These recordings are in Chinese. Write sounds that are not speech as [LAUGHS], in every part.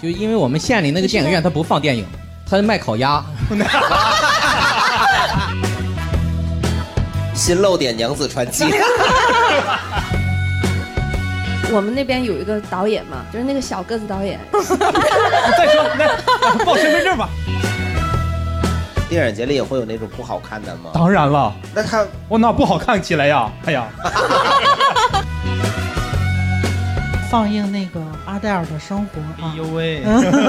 就因为我们县里那个电影院它不放电影，它卖烤鸭。 [LAUGHS] 新露点娘 [LAUGHS] 子传奇， [LAUGHS] 我们那边有一个导演嘛，就是那个小个子导演，再说，来报身份证吧。电影节里也会有那种不好看的吗？当然了，那看我哪不好看起来呀？哎呀，啊放映那个阿黛尔的生活啊哎。呦 [LAUGHS] 喂，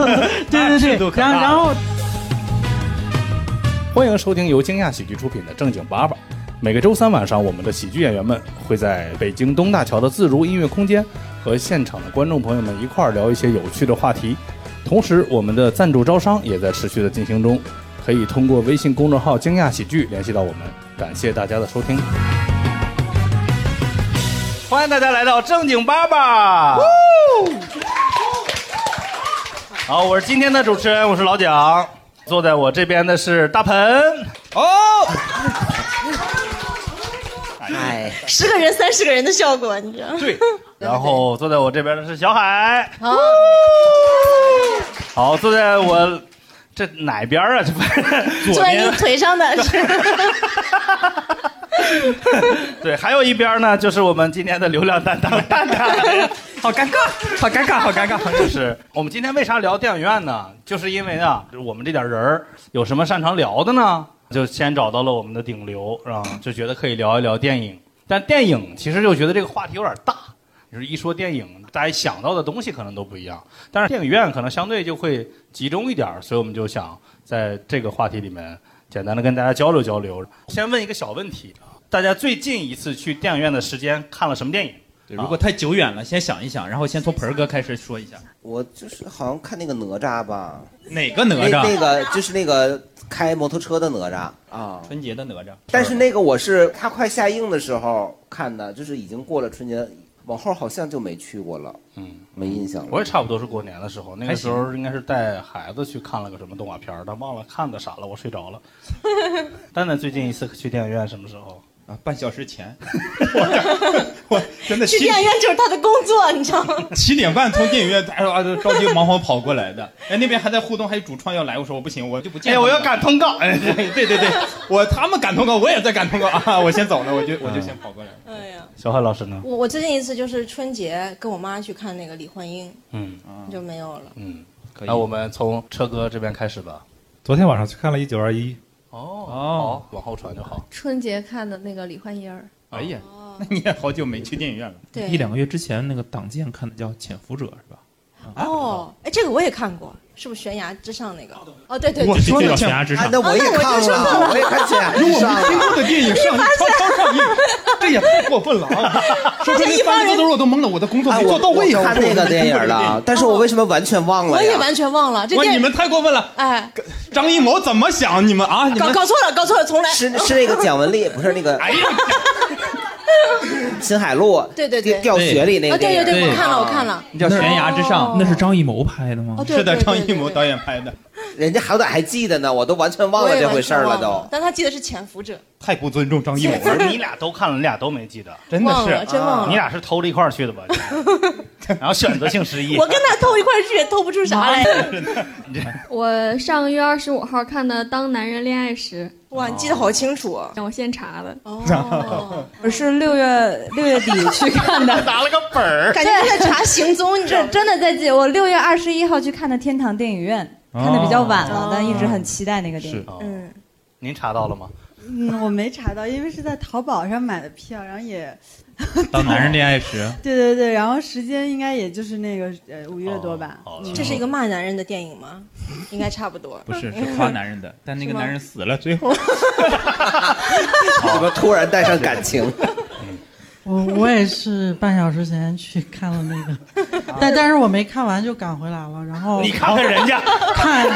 [LAUGHS] 对对那尺度对，可然大后然后欢迎收听由惊讶喜剧出品的《正经八百》。每个周三晚上，我们的喜剧演员们会在北京东大桥的自如音乐空间和现场的观众朋友们一块儿聊一些有趣的话题。同时，我们的赞助招商也在持续的进行中，可以通过微信公众号“惊讶喜剧”联系到我们。感谢大家的收听，欢迎大家来到正经八百。好，我是今天的主持人，我是老蒋。坐在我这边的是大鹏，哦，哎，十个人三十个人的效果，你知道吗？啊对，然后坐在我这边的是小海。好，好，坐在我这哪边啊？这不是坐在你腿上 [LAUGHS] 的，对，还有一边呢，就是我们今天的流量担当蛋蛋。 [LAUGHS] 好尴尬，好尴尬，好尴尬。 [LAUGHS] 就是我们今天为啥聊电影院呢？就是因为啊，我们这点人儿有什么擅长聊的呢？就先找到了我们的顶流啊，就觉得可以聊一聊电影。但电影其实就觉得这个话题有点大，就是一说电影，大家想到的东西可能都不一样。但是电影院可能相对就会集中一点儿，所以我们就想在这个话题里面简单的跟大家交流交流。先问一个小问题啊，大家最近一次去电影院的时间看了什么电影？对如果太久远了，先想一想，然后先从盆儿哥开始说一下，我就是好像看那个哪吒吧，哪个哪那那吒？个就是那个开摩托车的哪吒啊。春节的哪吒。但是那个我是它快下映的时候看的，就是已经过了春节，往后好像就没去过了，嗯，没印象了。我也差不多是过年的时候，那个时候应该是带孩子去看了个什么动画片儿，但忘了看的啥了，我睡着了。蛋蛋最近一次去电影院什么时候？啊，半小时前，我我真的去七电影院就是他的工作，你知道吗？七点半从电影院，哎呦啊，着急忙慌跑过来的。哎，那边还在互动，还有主创要来，我说我不行，我就不见哎，他我们了。要赶通告！哎，对对对，我他们赶通告，我也在赶通告啊！我先走了，我就我就先跑过来了。嗯哎呀，小海老师呢？我我最近一次就是春节跟我妈去看那个《李焕英嗯》，就没有了。嗯，可那我们从车哥这边开始吧。昨天晚上去看了《一九二一》，哦，哦好，往后传就好。春节看的那个李焕英儿，哎呀，哦那，你也好久没去电影院了。对，一两个月之前那个党建看的叫《潜伏者》是吧？啊哦，哎，这个我也看过，是不是悬崖之上那个？哦，对对我对，说这啊叫的这悬崖之啊上，，那我哦也看了，我也看起 [LAUGHS] 来有我上们听了。过的电影上映，超超上映，这也太过分了啊！说出这三个字都是我都懵了，我的工作哎，没做我到位啊呀！我看那个电影 [LAUGHS] 了，但是我为什么完全忘了我也呀？完全忘了这我电你们影。太过分了！哎，张艺谋怎么想？你们啊，你搞们搞错了，搞错了，重来。是是那个蒋雯丽，不是那个 [LAUGHS] 哎呀，新海路，对对对掉雪里那啊，个对电影。啊对对，对我看了，我看了。你叫悬崖之上。那是张艺谋拍的吗哦，？对，是的，对张艺谋。对对对导演拍的，人家好歹还记得呢，我都完全忘我了也这回完事全儿忘都。但他记得是潜伏者，太不尊重张艺谋不了，是你俩都看了，你俩都没记得，真的忘了，是。真忘你了。俩是偷着一块儿去的吧？ [LAUGHS] 然后选择性失忆。我跟他偷一块去也偷不出啥来。我上个月二十五号看的《当男人恋爱时哇，哦你记得好清楚啊》，！让我现查的。哦， [LAUGHS] 我是六月六月底去看的，拿了个本 [LAUGHS] 儿，感觉你在查行踪，你知道这吗？真的在记。我六月二十一号去看的天堂电影院，看的比较晚了哦，但一直很期待那个电影。哦嗯您查到了吗？嗯，我没查到，因为是在淘宝上买的票，然后也当男人恋爱时，对对对，然后时间应该也就是那个呃五月多吧。哦好了这是一个骂男人的电影吗？应该差不多。不是是夸男 [LAUGHS] 人的，但那个男人死了，最后怎么突然带上感情？ [LAUGHS] 我我也是半小时前去看了那 [LAUGHS] 个，但但是我没看完就赶回来了，然后你看看人家， [LAUGHS] 看，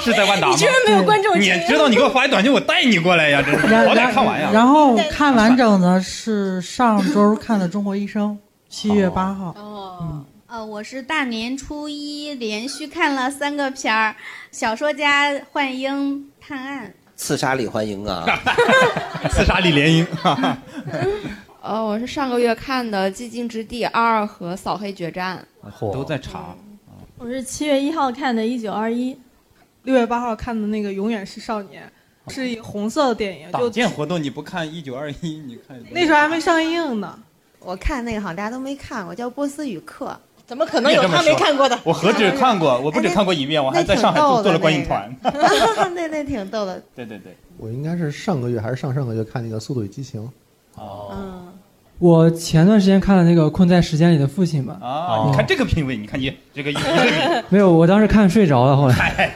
是在万达吗居？然没有观众你群，知道你给我发一短信，我带你过来呀！真是，然好歹然看完呀。然后看完整的是上周看的《中国医 [LAUGHS] 生》，七啊月八号。哦，呃，我是大年初一连续看了三个片儿，《小说家幻英探案刺杀李焕英啊！刺杀李莲英，哈哈呃，哦我是上个月看的《寂静之地二》和《扫黑决战都在查。我是七月一号看的《一九二一》，六月八号看的那个《永远是少年》，是一红色的电影，党就建活动你不看一九二一，你看那时候还没上映呢。我看那个好像大家都没看过，叫《波斯语课》，怎么可能有他没看过的我何止看过，我不止看过一遍，我还在上海做做了观影团。 [LAUGHS] 那那挺逗的。对对对，我应该是上个月还是上上个月看那个《速度与激情》。嗯哦，我前段时间看了那个《困在时间里的父亲》嘛，啊，哦你看这个品味，你看你这个一个没有，我当时看睡着了，后来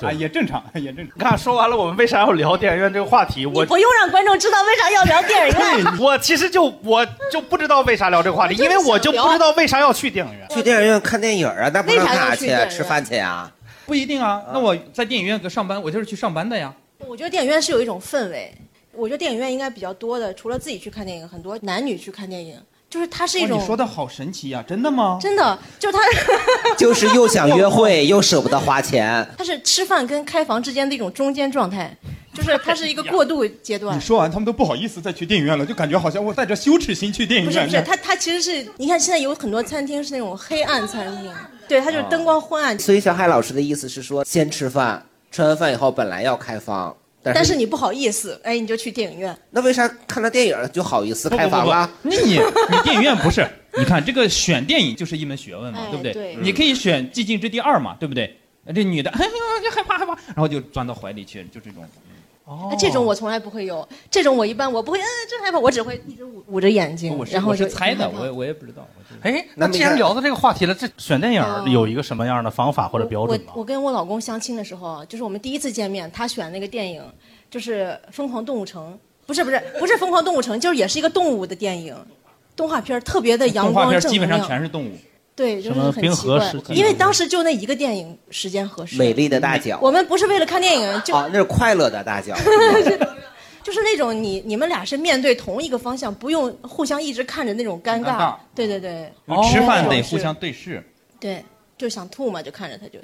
比啊也正 [LAUGHS] 常，也正常。看，说完了，我们为啥要聊电影院这个话题？我不用让观众知道为啥要聊电影院。对 [LAUGHS] 我其实就我就不知道为啥聊这个话题，因为我就不知道为啥要去电影院。去电影院看电影啊，那不上为啥要哪去去电影啊？院吃饭去啊？ [LAUGHS] 不一定啊。那我在电影院上班，我就是去上班的呀。我觉得电影院是有一种氛围，我觉得电影院应该比较多的，除了自己去看电影，很多男女去看电影，就是它是一哇哦种你说的好神奇呀，真的吗？真的，就是它就是又想约会，又舍不得花钱。它是吃饭跟开房之间的一种中间状态，就是它是一个过渡阶段 [LAUGHS] 你。说完，他们都不好意思再去电影院了，就感觉好像我带着羞耻心去电影不是院。不是，它它其实是你看现在有很多餐厅是那种黑暗餐厅，对，它就是灯光昏暗，所以小海老师的意思是说，先吃饭，吃完饭以后本来要开房，但是但是你不好意思，哎，你就去电影院。那为啥看了电影就好意思不开不房不了？你你你电影院不是？你看这个选电影就是一门学问嘛哎，对不对？对你可以选《寂静之地二》嘛，对不对？这女的，哎呀，就害怕害怕，然后就钻到怀里去，就这种。哦哎这种我从来不会有，这种我一般我不会，嗯，真害怕，我只会一直捂捂着眼睛，哦我是然后我就是嗯猜的，很害怕我也我也不知道。哎，那既然聊到这个话题了，这选电影有一个什么样的方法或者标我准吗？我跟我老公相亲的时候啊，就是我们第一次见面，他选那个电影就是《疯狂动物城》，不是不是不是《疯狂动物城》，就是也是一个动物的电影，动画片儿特别的阳动画光片正基能本上量。全是动物。对，就是什么很冰奇河怪世，纪因为当时就那一个电影时间合适。美丽的大脚我们不是为了看电影，就啊，那是快乐的大脚。 [LAUGHS] 就是那种你你们俩是面对同一个方向，不用互相一直看着那种尴尴尬尬。对对对，吃饭那得种是互相对视。对，就想吐嘛，就看着他就，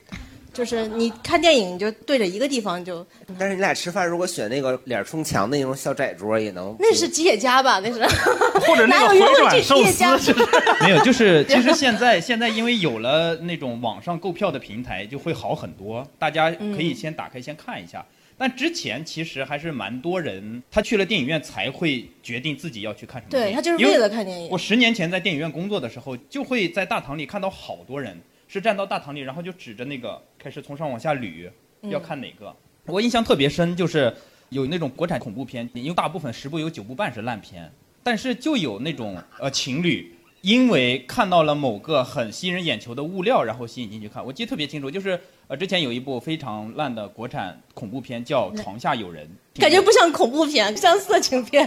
就是你看电影你就对着一个地方就，但是你俩吃饭如果选那个脸冲墙的那种小窄桌也能，那是吉野家吧？那是，或者哪有约会去吉野家？没有，就是其实现在现在因为有了那种网上购票的平台，就会好很多，大家可嗯以先打开先看一下。但之前其实还是蛮多人，他去了电影院才会决定自己要去看什么 [LAUGHS] 电对影。他就是因为了看电影我。十年前在电影院工作的时候，就会在大堂里看到好多人是站到大堂里，然后就指着那个开始从上往下捋，嗯要看哪个。我印象特别深，就是有那种国产恐怖片，因为大部分十部有九部半是烂片，但是就有那种呃情侣。因为看到了某个很吸人眼球的物料，然后吸引进去看。我记得特别清楚，就是呃，之前有一部非常烂的国产恐怖片叫《床下有人》，感觉不像恐怖片，像色情片。 [LAUGHS]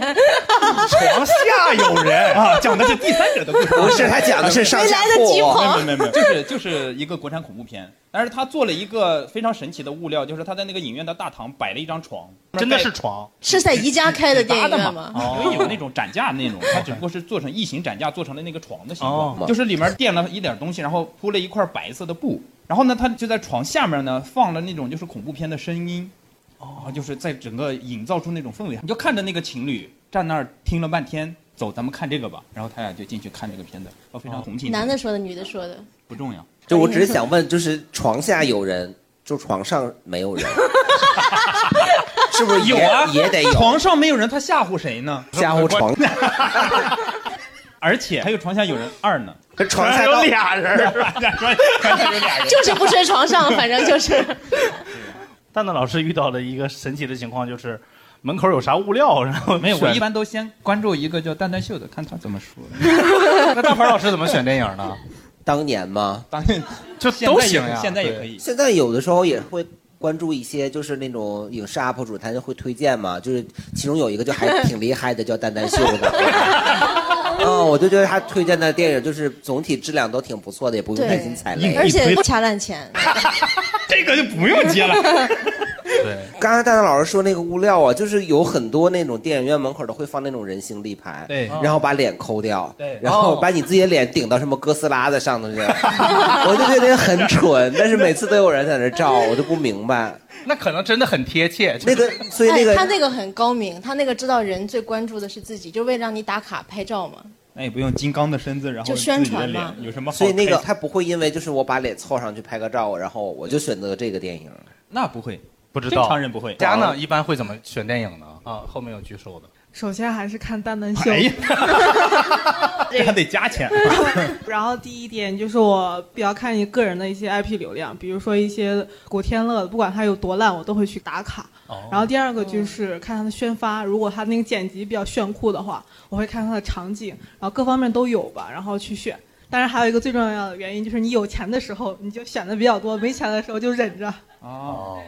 床下有人啊，讲的是第三者的故事，啊不是他讲的是上下铺没来得及跑没有没有没有，就是就是一个国产恐怖片，但是他做了一个非常神奇的物料，就是他在那个影院的大堂摆了一张床，真的是床，是在宜家开的电影搭的院嘛吗？哦因为有那种展架那种，它只不过是做成异形展架做成了那个床的形状，哦就是里面垫了一点东西，然后铺了一块白色的布，然后呢，它就在床下面呢放了那种就是恐怖片的声音，哦，就是在整个营造出那种氛围，你就看着那个情侣站那儿听了半天。走，咱们看这个吧。然后他俩就进去看这个片子，哦，非常同 [LAUGHS] 情。男的说的，女的说的，不重要，就我只是想问，就是床下有人，就床上没 [LAUGHS] 有人，是不是也有啊？也得有床上没有人，他吓唬谁呢？吓 [LAUGHS] 唬床，而且还有床下 [LAUGHS] 有人二呢，可床下 [LAUGHS] 有俩人儿就是不睡床上，反正就是。蛋蛋老师遇到了一个神奇的情况，就是门口有啥物料，然 [LAUGHS] 后没有，我选一般都先关注一个叫蛋蛋秀的，看他怎么说。那大鹏老师怎么选电影呢？ [LAUGHS] 当年吗？当年就都行呀，对。现在有的时候也会关注一些，就是那种影视 UP 主，他就会推荐嘛。就是其中有一个 [LAUGHS] 就还挺厉害的，叫蛋蛋秀的。嗯，我就觉得他推荐的电影就是总体质量都挺不错的，也 [LAUGHS] 不用担心踩雷。而且不掐烂钱。这个就不用接 [LAUGHS] 了刚才蛋蛋老师说那个物料啊，就是有很多那种电影院门口都会放那种人形立牌，对然后把脸抠掉，对然后把你自己的脸顶到什么哥斯拉的上头去，我就觉得很蠢，但是每次都有人在那照，我就不明白。那可能真的很贴切。那个，所以那哎个他那个很高明，他那个知道人最关注的是自己，就为了让你打卡拍照嘛。那也不用金刚的身子，然后就宣自己的传嘛脸有什么好？所以那个他不会因为就是我把脸凑上去拍个照，然后我就选择这个电影。那不会，不知道正常人不会。家呢一般会怎么选电影呢？啊，后面有举手的。首先还是看蛋蛋秀，哎呀这 [LAUGHS] 还得加 [LAUGHS] 钱。然后第一点就是我比较看你个人的一些 IP 流量，比如说一些古天乐的，不管他有多烂，我都会去打卡。哦然后第二个哦就是看他的宣发，如果他那个剪辑比较炫酷的话，我会看他的场景，然后各方面都有吧，然后去选。当然还有一个最重要的原因就是你有钱的时候你就选的比较多，没钱的时候就忍着。哦，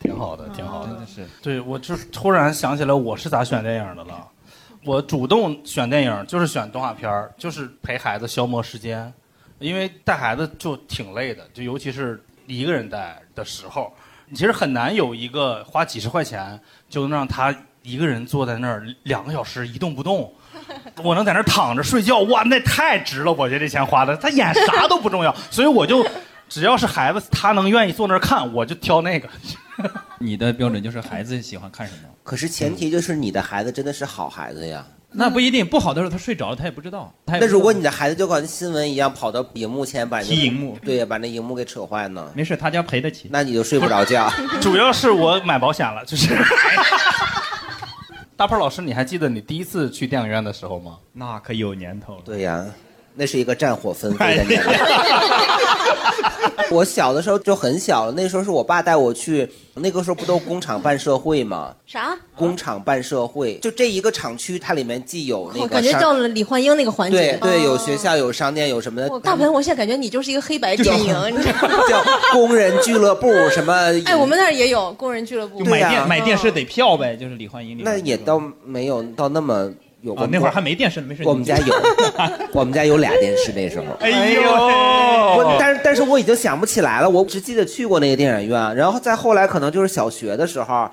挺好的，挺好的，真的是。对，我就突然想起来我是咋选电影的了。我主动选电影就是选动画片儿，就是陪孩子消磨时间，因为带孩子就挺累的，就尤其是一个人带的时候，你其实很难有一个花几十块钱就能让他一个人坐在那儿两个小时一动不动。 [LAUGHS] 我能在那儿躺着睡觉，哇，那太值了！我觉得这钱花的，他演啥都不重要，所以我就只要是孩子他能愿意坐那儿看，我就挑那个。 [LAUGHS] 你的标准就是孩子喜欢看什么？可是前提就是你的孩子真的是好孩子呀。那不一定，不好的时候他睡着了，他也不知道。他也不那知道如果你的孩子就跟新闻一样跑到荧幕前把你踢荧幕，对呀，把那荧幕给扯坏呢？没事，他家赔得起，那你就睡不 [LAUGHS] 着觉。主要是我买保险了，就是。大胖老师，你还记得你第一次去电影院的时候吗？那可有年头了。对呀，那是一个战火纷飞哎的年代。 [LAUGHS] 我小的时候就很小了，那时候是我爸带我去，那个时候不都工厂办社会吗？啥？工厂办社会，就这一个厂区，它里面既有那我个感觉商到了李焕英那个环对节。哦对，有呃学校，有商店，有什么的我大鹏，我现在感觉你就是一个黑白电影，你知道吗？叫工人俱乐部，什么 [LAUGHS] 哎，我们那儿也有工人俱乐部，就买对呀电买电视得票呗，就是李焕英里面那也倒没有到那么有。啊那会儿还没电视呢没事我们家有，我们家有俩电视那时候。哎呦我但是但是我已经想不起来了，我只记得去过那个电影院，然后再后来可能就是小学的时候，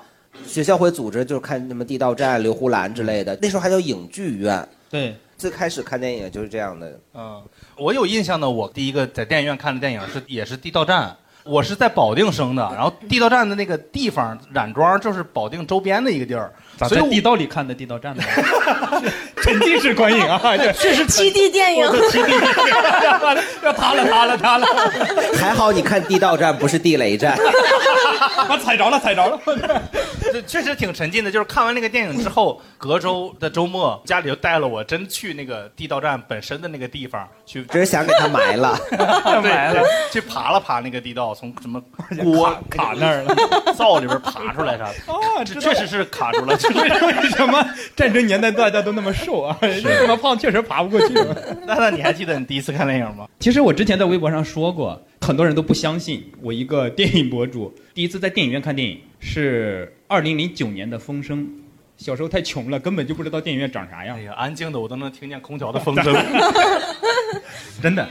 学校会组织就是看什么地道战、刘胡兰之嗯类的，那时候还叫影剧院。对，最开始看电影就是这样的。嗯，我有印象的，我第一个在电影院看的电影是也是《地道战》，我是在保定生的，然后《地道战》的那个地方冉庄就是保定周边的一个地儿，咋所以在我地道里看的地道战呢？沉浸式观影啊，这这是七 D 电影我。的七 D 电影，要塌了塌了塌了，还好你看地道战不是地雷战。 [LAUGHS] [LAUGHS] 我踩着了踩着 [LAUGHS] 了。这确实挺沉浸的，就是看完那个电影之后，隔周的周末家里就带了我真去那个地道战本身的那个地方去，只是想给他埋了，埋了，去爬了爬那个地道，从什么锅卡那儿了， [LAUGHS] 灶里边爬出来啥的， [LAUGHS] 哦，这确实是卡住了，就 [LAUGHS] 是为什么战争年代大家都那么瘦啊？人家这么胖确实爬不过去。 [LAUGHS] 那那你还记得你第一次看电影吗？其实我之前在微博上说过，很多人都不相信我一个电影博主第一次在电影院看电影是二零零九年的《风声》。小时候太穷了，根本就不知道电影院长啥样。哎呀，安静的我都能听见空调的风声，真的。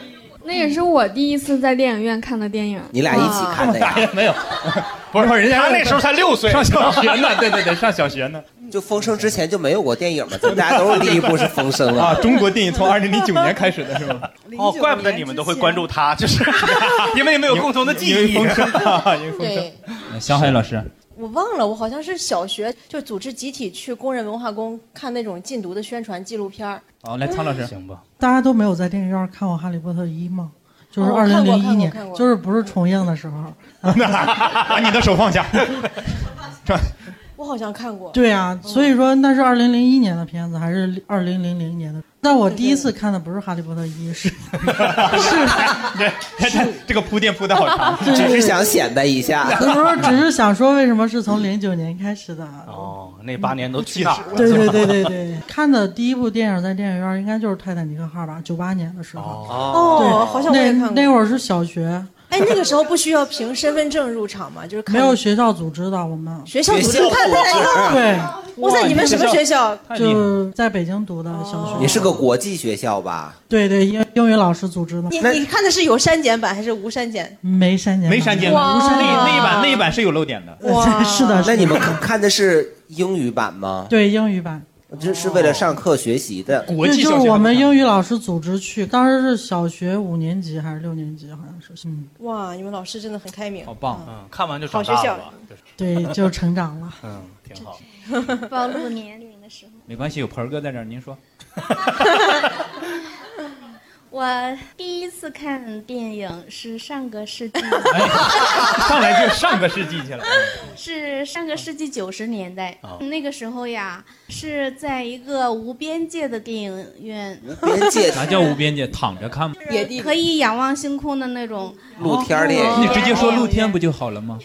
那也是我第一次在电影院看的电影。 [LAUGHS] 你俩一起看的呀？没有， [LAUGHS] 不是不是，人家他那时候才六岁上小学 [LAUGHS] 呢，对对对，上小学呢。就风声之前就没有过电影嘛，咱们 [LAUGHS] 大家都是第一部是风声了啊！中国电影从二零零九年开始的是吗？哦，怪不得你们都会关注他，就是 [LAUGHS] 因为你们有共同的记忆。 [LAUGHS] [LAUGHS] 啊对，呃小海老师，我忘了，我好像是小学就组织集体去工人文化宫看那种禁毒的宣传纪录片儿。好，来苍老师，行吧？大家都没有在电影院看过《哈利波特一》吗？就是哦二我零看过零一年看过看，过就是不是重映的时 [LAUGHS] 候。把啊你的手 [LAUGHS] 放下。我好像看过。对啊，所以说那是二零零一年的片子，还是二零零零年的？但我第一次看的不是《哈利波特一》，是哎这个铺垫铺的好长，对只是想显摆一啊 [LAUGHS] 下。不是只是想说为什么是从零九年开始的？哦， [LAUGHS] 那八年都去哪儿 [LAUGHS] 了？对对对对对， [LAUGHS] 看的第一部电影在电影院应该就是《泰坦尼克号》吧，九八年的时候。哦对哦好像我也看过那那会儿是小学，哎，那个时候不需要凭身份证入场吗？就是看 [LAUGHS] 没有学校组织的，我们学校组织学校看看组织看对。哇塞你们什么学校太厉害就在北京读的小学。你哦是个国际学校吧？对对，英英语老师组织的。你你看的是有删减版还是无删减？没删减，没删减的，哇不是那那一版那一版是有漏点的。哇 [LAUGHS] 是的，那你们看看的是英语版吗？，对英语版。这是为了上课学习的。国对，就是我们英语老师组织去，当时是小学五年级还是六年级，好像是，嗯，哇，你们老师真的很开明，好棒！嗯，看完就好学长大校嗯了。对，就成长了。嗯，挺 [LAUGHS] 好。暴露年龄的时候。没关系，有盆儿哥在这儿，您说。我第一次看电影是上个世 [LAUGHS] 纪， [LAUGHS] 哎上来就上个世纪去了。 [LAUGHS] 是上个世纪九十年代哦，那个时候呀，是在一个无边界的电影院， [LAUGHS] 啥叫无边界？躺着看吗？野地可以仰望星空的那种。露天儿的也行哦你直接说露天不就好了吗？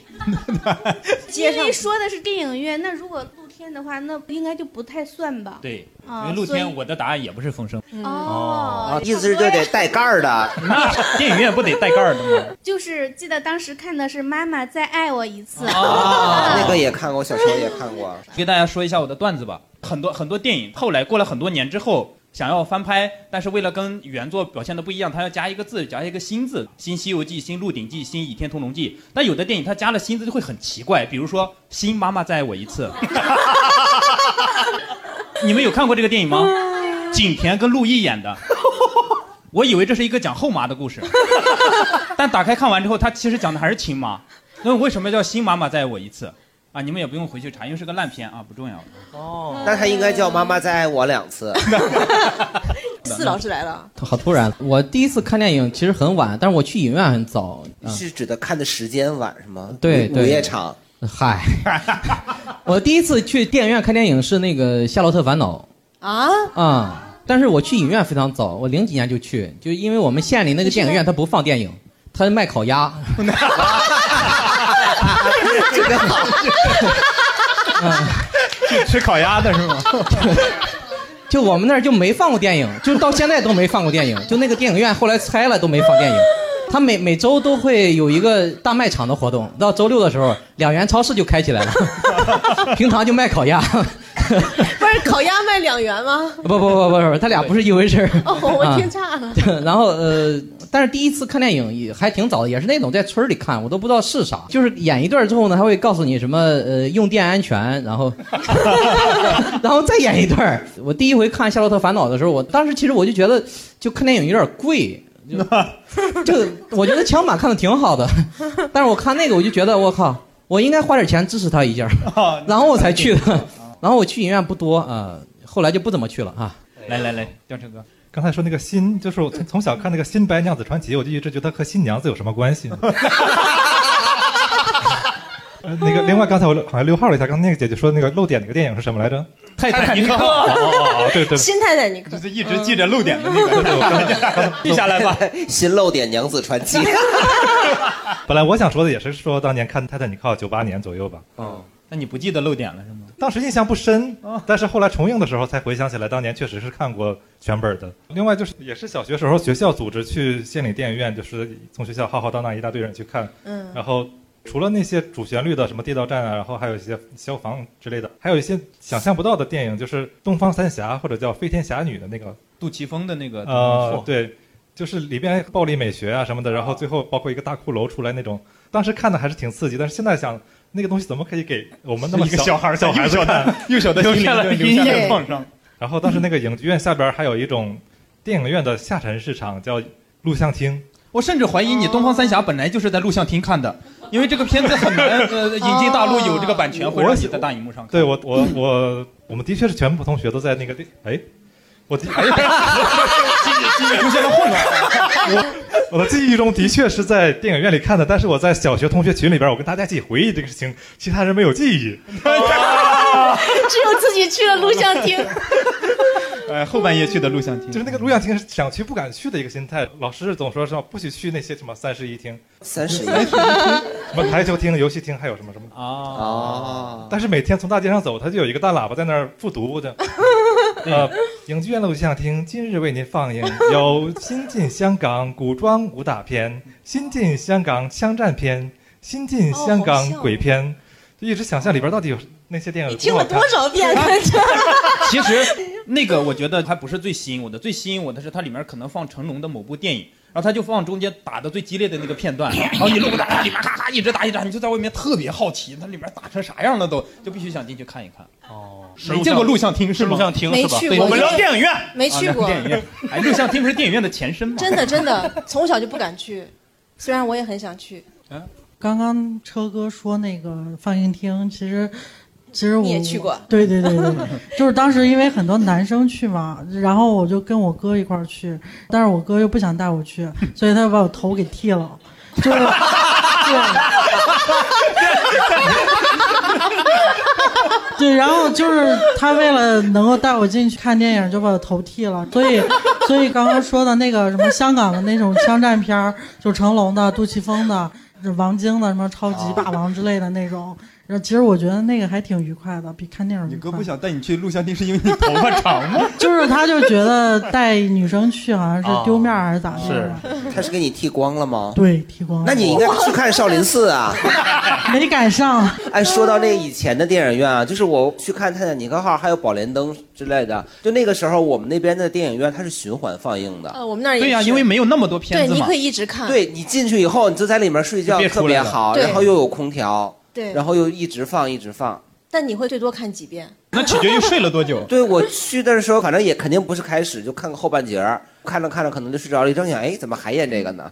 因为说的是电影院，那如果露天的话，那应该就不太算吧？对，因啊哦为露所以天我的答案也不是风声。哦嗯意思是就得带盖儿的，那电影院不得带盖儿的吗？就是记得当时看的是《妈妈再爱我一次》啊那个也看过，小时候也看过。给大家说一下我的段子吧。很多很多电影后来过了很多年之后，想要翻拍，但是为了跟原作表现的不一样，它要加一个字，加一个新字，新《西游记》、新《鹿鼎记》、新《倚天屠龙记》。但有的电影它加了新字就会很奇怪，比如说《新妈妈再爱我一次》。 [LAUGHS] 你们有看过这个电影吗？景甜跟陆毅演的。我以为这是一个讲后妈的故事，但打开看完之后，他其实讲的还是亲妈。那为什么叫新妈妈再爱我一次？啊，你们也不用回去查，因为是个烂片啊，不重要。哦，那他应该叫妈妈再爱我两 [LAUGHS] 次。四老师来了，好突然！我第一次看电影其实很晚，但是我去影院很早。嗯是指的看的时间晚是吗？对午对午 [LAUGHS] 夜场。嗨， [LAUGHS] 我第一次去电影院看电影是那个《夏洛特烦恼啊，》啊、但是我去影院非常早，我零几年就去，就因为我们县里那个电影院它不放电影，它卖烤鸭。嗯这个好，就吃烤鸭的是吗？就我们那儿就没放过电影，就到现在都没放过电影。就那个电影院后来拆了都没放电影。他每每周都会有一个大卖场的活动，到周六的时候，两元超市就开起来了，平常就卖烤鸭。不是烤鸭卖两元吗？ [LAUGHS] 不不不不不，他俩不是一回事儿。哦，我听岔了。啊 [LAUGHS] 然后呃，但是第一次看电影也还挺早的，也是那种在村儿里看，我都不知道是啥。就是演一段之后呢，他会告诉你什么呃用电安全，然 [LAUGHS] 后然后再演一段儿。我第一回看《夏洛特烦恼》的时候，我当时其实我就觉得，就看电影有点贵。就 [LAUGHS] 这，我觉得枪版看的挺好的，但是我看那个我就觉得我靠，我应该花点钱支持他一下，哦然后我才去啊的。然后我去影院不多啊、呃后来就不怎么去了啊。来来来，吊车哥，刚才说那个新，就是我从从小看那个《新白娘子传奇》，我就一直觉得和新娘子有什么关系呢。 [LAUGHS] 呃那个，另外刚才我好像溜号了一下，刚才那个姐姐说那个漏点那个电影是什么来着？泰哎坦尼克号哦哦哦对对新泰坦尼克，一直记着漏点的那个。记下来吧。 [LAUGHS] 新漏点娘子传奇。 [LAUGHS] 本来我想说的也是说当年看《泰坦尼克号》九八年左右吧。哦，那你不记得漏点了是吗？哦当时印象不深，但是后来重映的时候才回想起来，当年确实是看过全本的。另外就是， [LAUGHS] 也是小学时候学校组织去县里电影院，就是从学校浩浩荡荡一大堆人去看。嗯然后除了那些主旋律的什么地道战啊，然后还有一些消防之类的，还有一些想象不到的电影，就是《东方三侠》或者叫《飞天侠女》的那个杜琪峰的那个呃，，对，就是里边暴力美学啊什么的，然后最后包括一个大骷髅出来那种，当时看的还是挺刺激，但是现在想。那个东西怎么可以给我们那么一个小孩儿小孩子看？幼小的幼小的心灵留下了留下了阴影创伤。 [LAUGHS] 然后当时那个影剧院下边还有一种电影院的下沉市场，叫录像厅。我甚至怀疑你《东方三侠》本来就是在录像厅看的，因为这个片子很 [LAUGHS] 难呃引进大陆有这个版权，会让你在大荧幕上看。对我，我，我，我们的确是全部同学都在那个地，哎，我的， [LAUGHS] [LAUGHS] 哎，今 [LAUGHS] 年出现了混乱。我的记忆中的确是在电影院里看的，但是我在小学同学群里边，我跟大家一起回忆这个事情，其他人没有记忆。 [LAUGHS] 只有自己去了录像厅。 [LAUGHS] 呃，后半夜去的录像厅，就是那个录像厅是想去不敢去的一个心态。老师总说什么不许去那些什么三室一厅、三室一厅、什么台球厅、游戏厅，还有什么什哦么啊但是每天从大街上走，他就有一个大喇叭在那儿复读的。呃，影剧院录像厅今日为您放映有新晋香港古装武打片、新晋香港枪战片、新晋香港鬼片，就一直想象里边到底有那些电影。听了多少 [LAUGHS] 遍？其 [LAUGHS] 实那个我觉得还不是最吸引我的，最吸引我的是它里面可能放成龙的某部电影，然后他就放中间打的最激烈的那个片段，然后你路过打里面咔咔一直打一直打，你就在外面特别好奇，它里面打成啥样了都，就必须想进去看一看。哦，没见过录像厅是吗？录像厅没去过，我们聊电影院，没去过啊聊，电影院，哎，录像厅不是电影院的前身吗？ [LAUGHS] 真的真的，从小就不敢去，虽然 [LAUGHS] 我也很想去。 [LAUGHS] 刚刚车哥说那个放映厅，其实其实我你也去过对对对对，就是当时因为很多男生去嘛，然后我就跟我哥一块儿去，但是我哥又不想带我去，所以他把我头给剃了，就是。 [LAUGHS] 对，然后就是他为了能够带我进去看电影，就把我头剃了。所以，所以刚刚说的那个什么香港的那种枪战片儿，就成龙的、杜琪峰的、王晶的什么超级霸王之类的那种。然后，其实我觉得那个还挺愉快的，比看电影愉快。你哥不想带你去录像厅，是因为你头发长吗？就是他就觉得带女生去好像是丢面儿还是咋地的。他哦是给你剃光了吗？对，剃光了。那你应该去看少林寺啊。 [LAUGHS] 没赶上。哎，说到那以前的电影院啊，就是我去看《泰坦尼克号》还有《宝莲灯》之类的，就那个时候我们那边的电影院它是循环放映的。呃，我们那儿也对呀、是因为没有那么多片对，你可以一直看。对你进去以后，你就在里面睡觉别出特来别了好，嗯对然后又有空调，对然后又一直放一直放。但你会最多看几遍？那取决于睡了多久。 [LAUGHS] 对我去的时候，反正也肯定不是开始，就看个后半截儿，看着看着可能就睡着了，一睁眼，哎，怎么还演这个呢？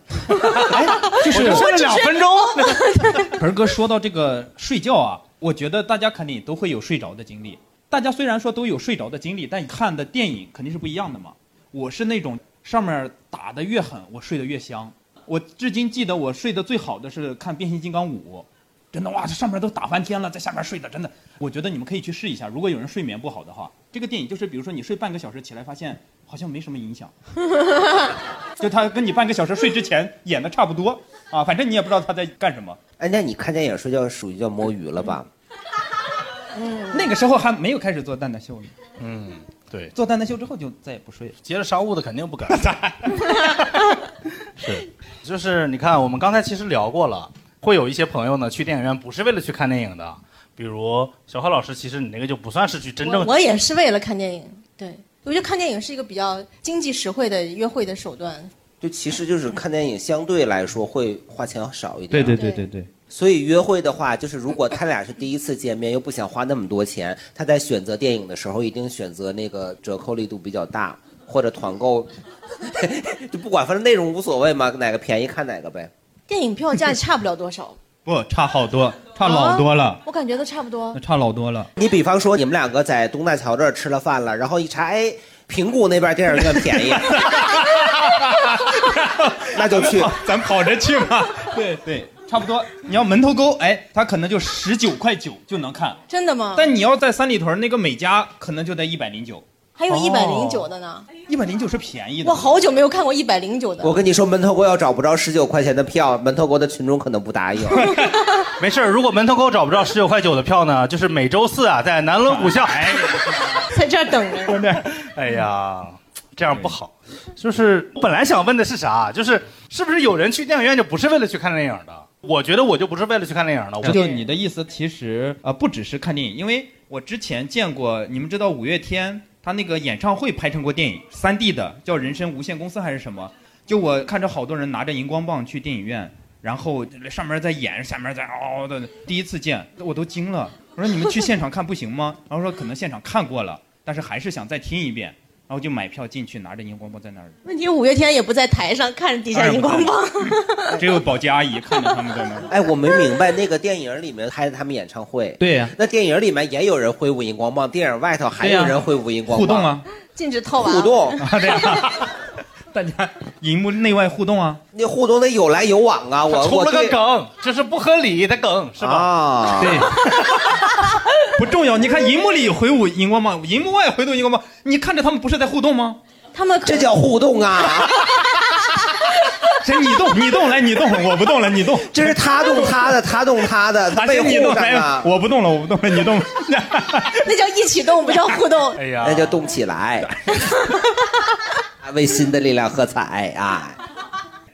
就是我就了睡了两分钟。 [LAUGHS] 盆儿哥说到这个睡觉啊，我觉得大家肯定都会有睡着的经历。大家虽然说都有睡着的经历，但你看的电影肯定是不一样的嘛。我是那种上面打的越狠，我睡得越香。我至今记得我睡得最好的是看《变形金刚五》，真的哇，这上面都打翻天了，在下面睡的真的。我觉得你们可以去试一下，如果有人睡眠不好的话，这个电影就是比如说你睡半个小时起来发现好像没什么影响， [LAUGHS] 就他跟你半个小时睡之前演的差不多啊，反正你也不知道他在干什么。哎，那你看电影睡觉属于叫摸鱼了吧？嗯那个时候还没有开始做蛋蛋秀呢，嗯，对，做蛋蛋秀之后就再也不睡了。接着商务的肯定 [LAUGHS] 不敢。是，就是你看，我们刚才其实聊过了，会有一些朋友呢去电影院不是为了去看电影的，比如小何老师，其实你那个就不算是去真正我我也是为了看电影，对，我觉得看电影是一个比较经济实惠的约会的手段。就其实就是看电影相对来说会花钱少一点。对对对对对。所以约会的话，就是如果他俩是第一次见面，又不想花那么多钱，他在选择电影的时候一定选择那个折扣力度比较大，或者团购， [LAUGHS] 就不管反正内容无所谓嘛，哪个便宜看哪个呗。电影票价差不了多少，不差好多，差老多了，啊我感觉都差不多。差老多了。你比方说你们两个在东大桥这儿吃了饭了，然后一查，哎，平谷那边电影院便宜， [LAUGHS] 那就去， [LAUGHS] 咱跑着去 [LAUGHS] 吧。对对，差不多。你要门头沟，哎，它可能就十九块九就能看，真的吗？但你要在三里屯那个美嘉，可能就得一百零九。还有一百零九的呢，哦一百零九是便宜的。我好久没有看过一百零九的。我跟你说，门头沟要找不着十九块钱的票，门头沟的群众可能不答应。没事儿如果门头沟找不着十九块九的票呢，就是每周四啊，在南锣鼓 [LAUGHS] 巷。哎，在这儿等着。真的，哎呀，这样不好。就是我本来想问的是啥，就是是不是有人去电影院就不是为了去看电影的？我觉得我就不是为了去看电影的，我啊就你的意思，其实啊、呃不只是看电影，因为我之前见过，你们知道五月天他那个演唱会拍成过电影，三 D 的，叫《人生无限公司》还是什么？就我看着好多人拿着荧光棒去电影院，然后呃上面在演，下面在嗷嗷的，第一次见我都惊了，我说你们去现场看不行吗？然后说可能现场看过了，但是还是想再听一遍，然后就买票进去，拿着荧光棒在那儿，问题五月天也不在台上看着底下荧光棒，只有保洁阿姨看着他们在那儿。哎，我没明白那个电影里面拍的他们演唱会，对呀那电影里面也有人挥舞荧光棒，电影外头还对呀有人挥舞荧光互棒，动啊，禁止套娃。互动，大家荧幕内外互动啊， [LAUGHS] 那互动得有来有往 [LAUGHS] 啊，我出我了个对梗，这是不合理的梗，是吧？啊，对， [LAUGHS] 不重要。你看荧幕里回舞荧光棒，荧幕外回动荧光棒，你看着他们不是在互动吗？他们这叫互动 [LAUGHS] 啊！谁你动你动来你动，我不动了你动。这是他动他的，他动他的，他被谁你动护上来哦啊，我不动了我不动了你动。 [LAUGHS] 那叫一起动，不叫互 [LAUGHS] 动。哎那就动起来，为新的力量喝彩啊！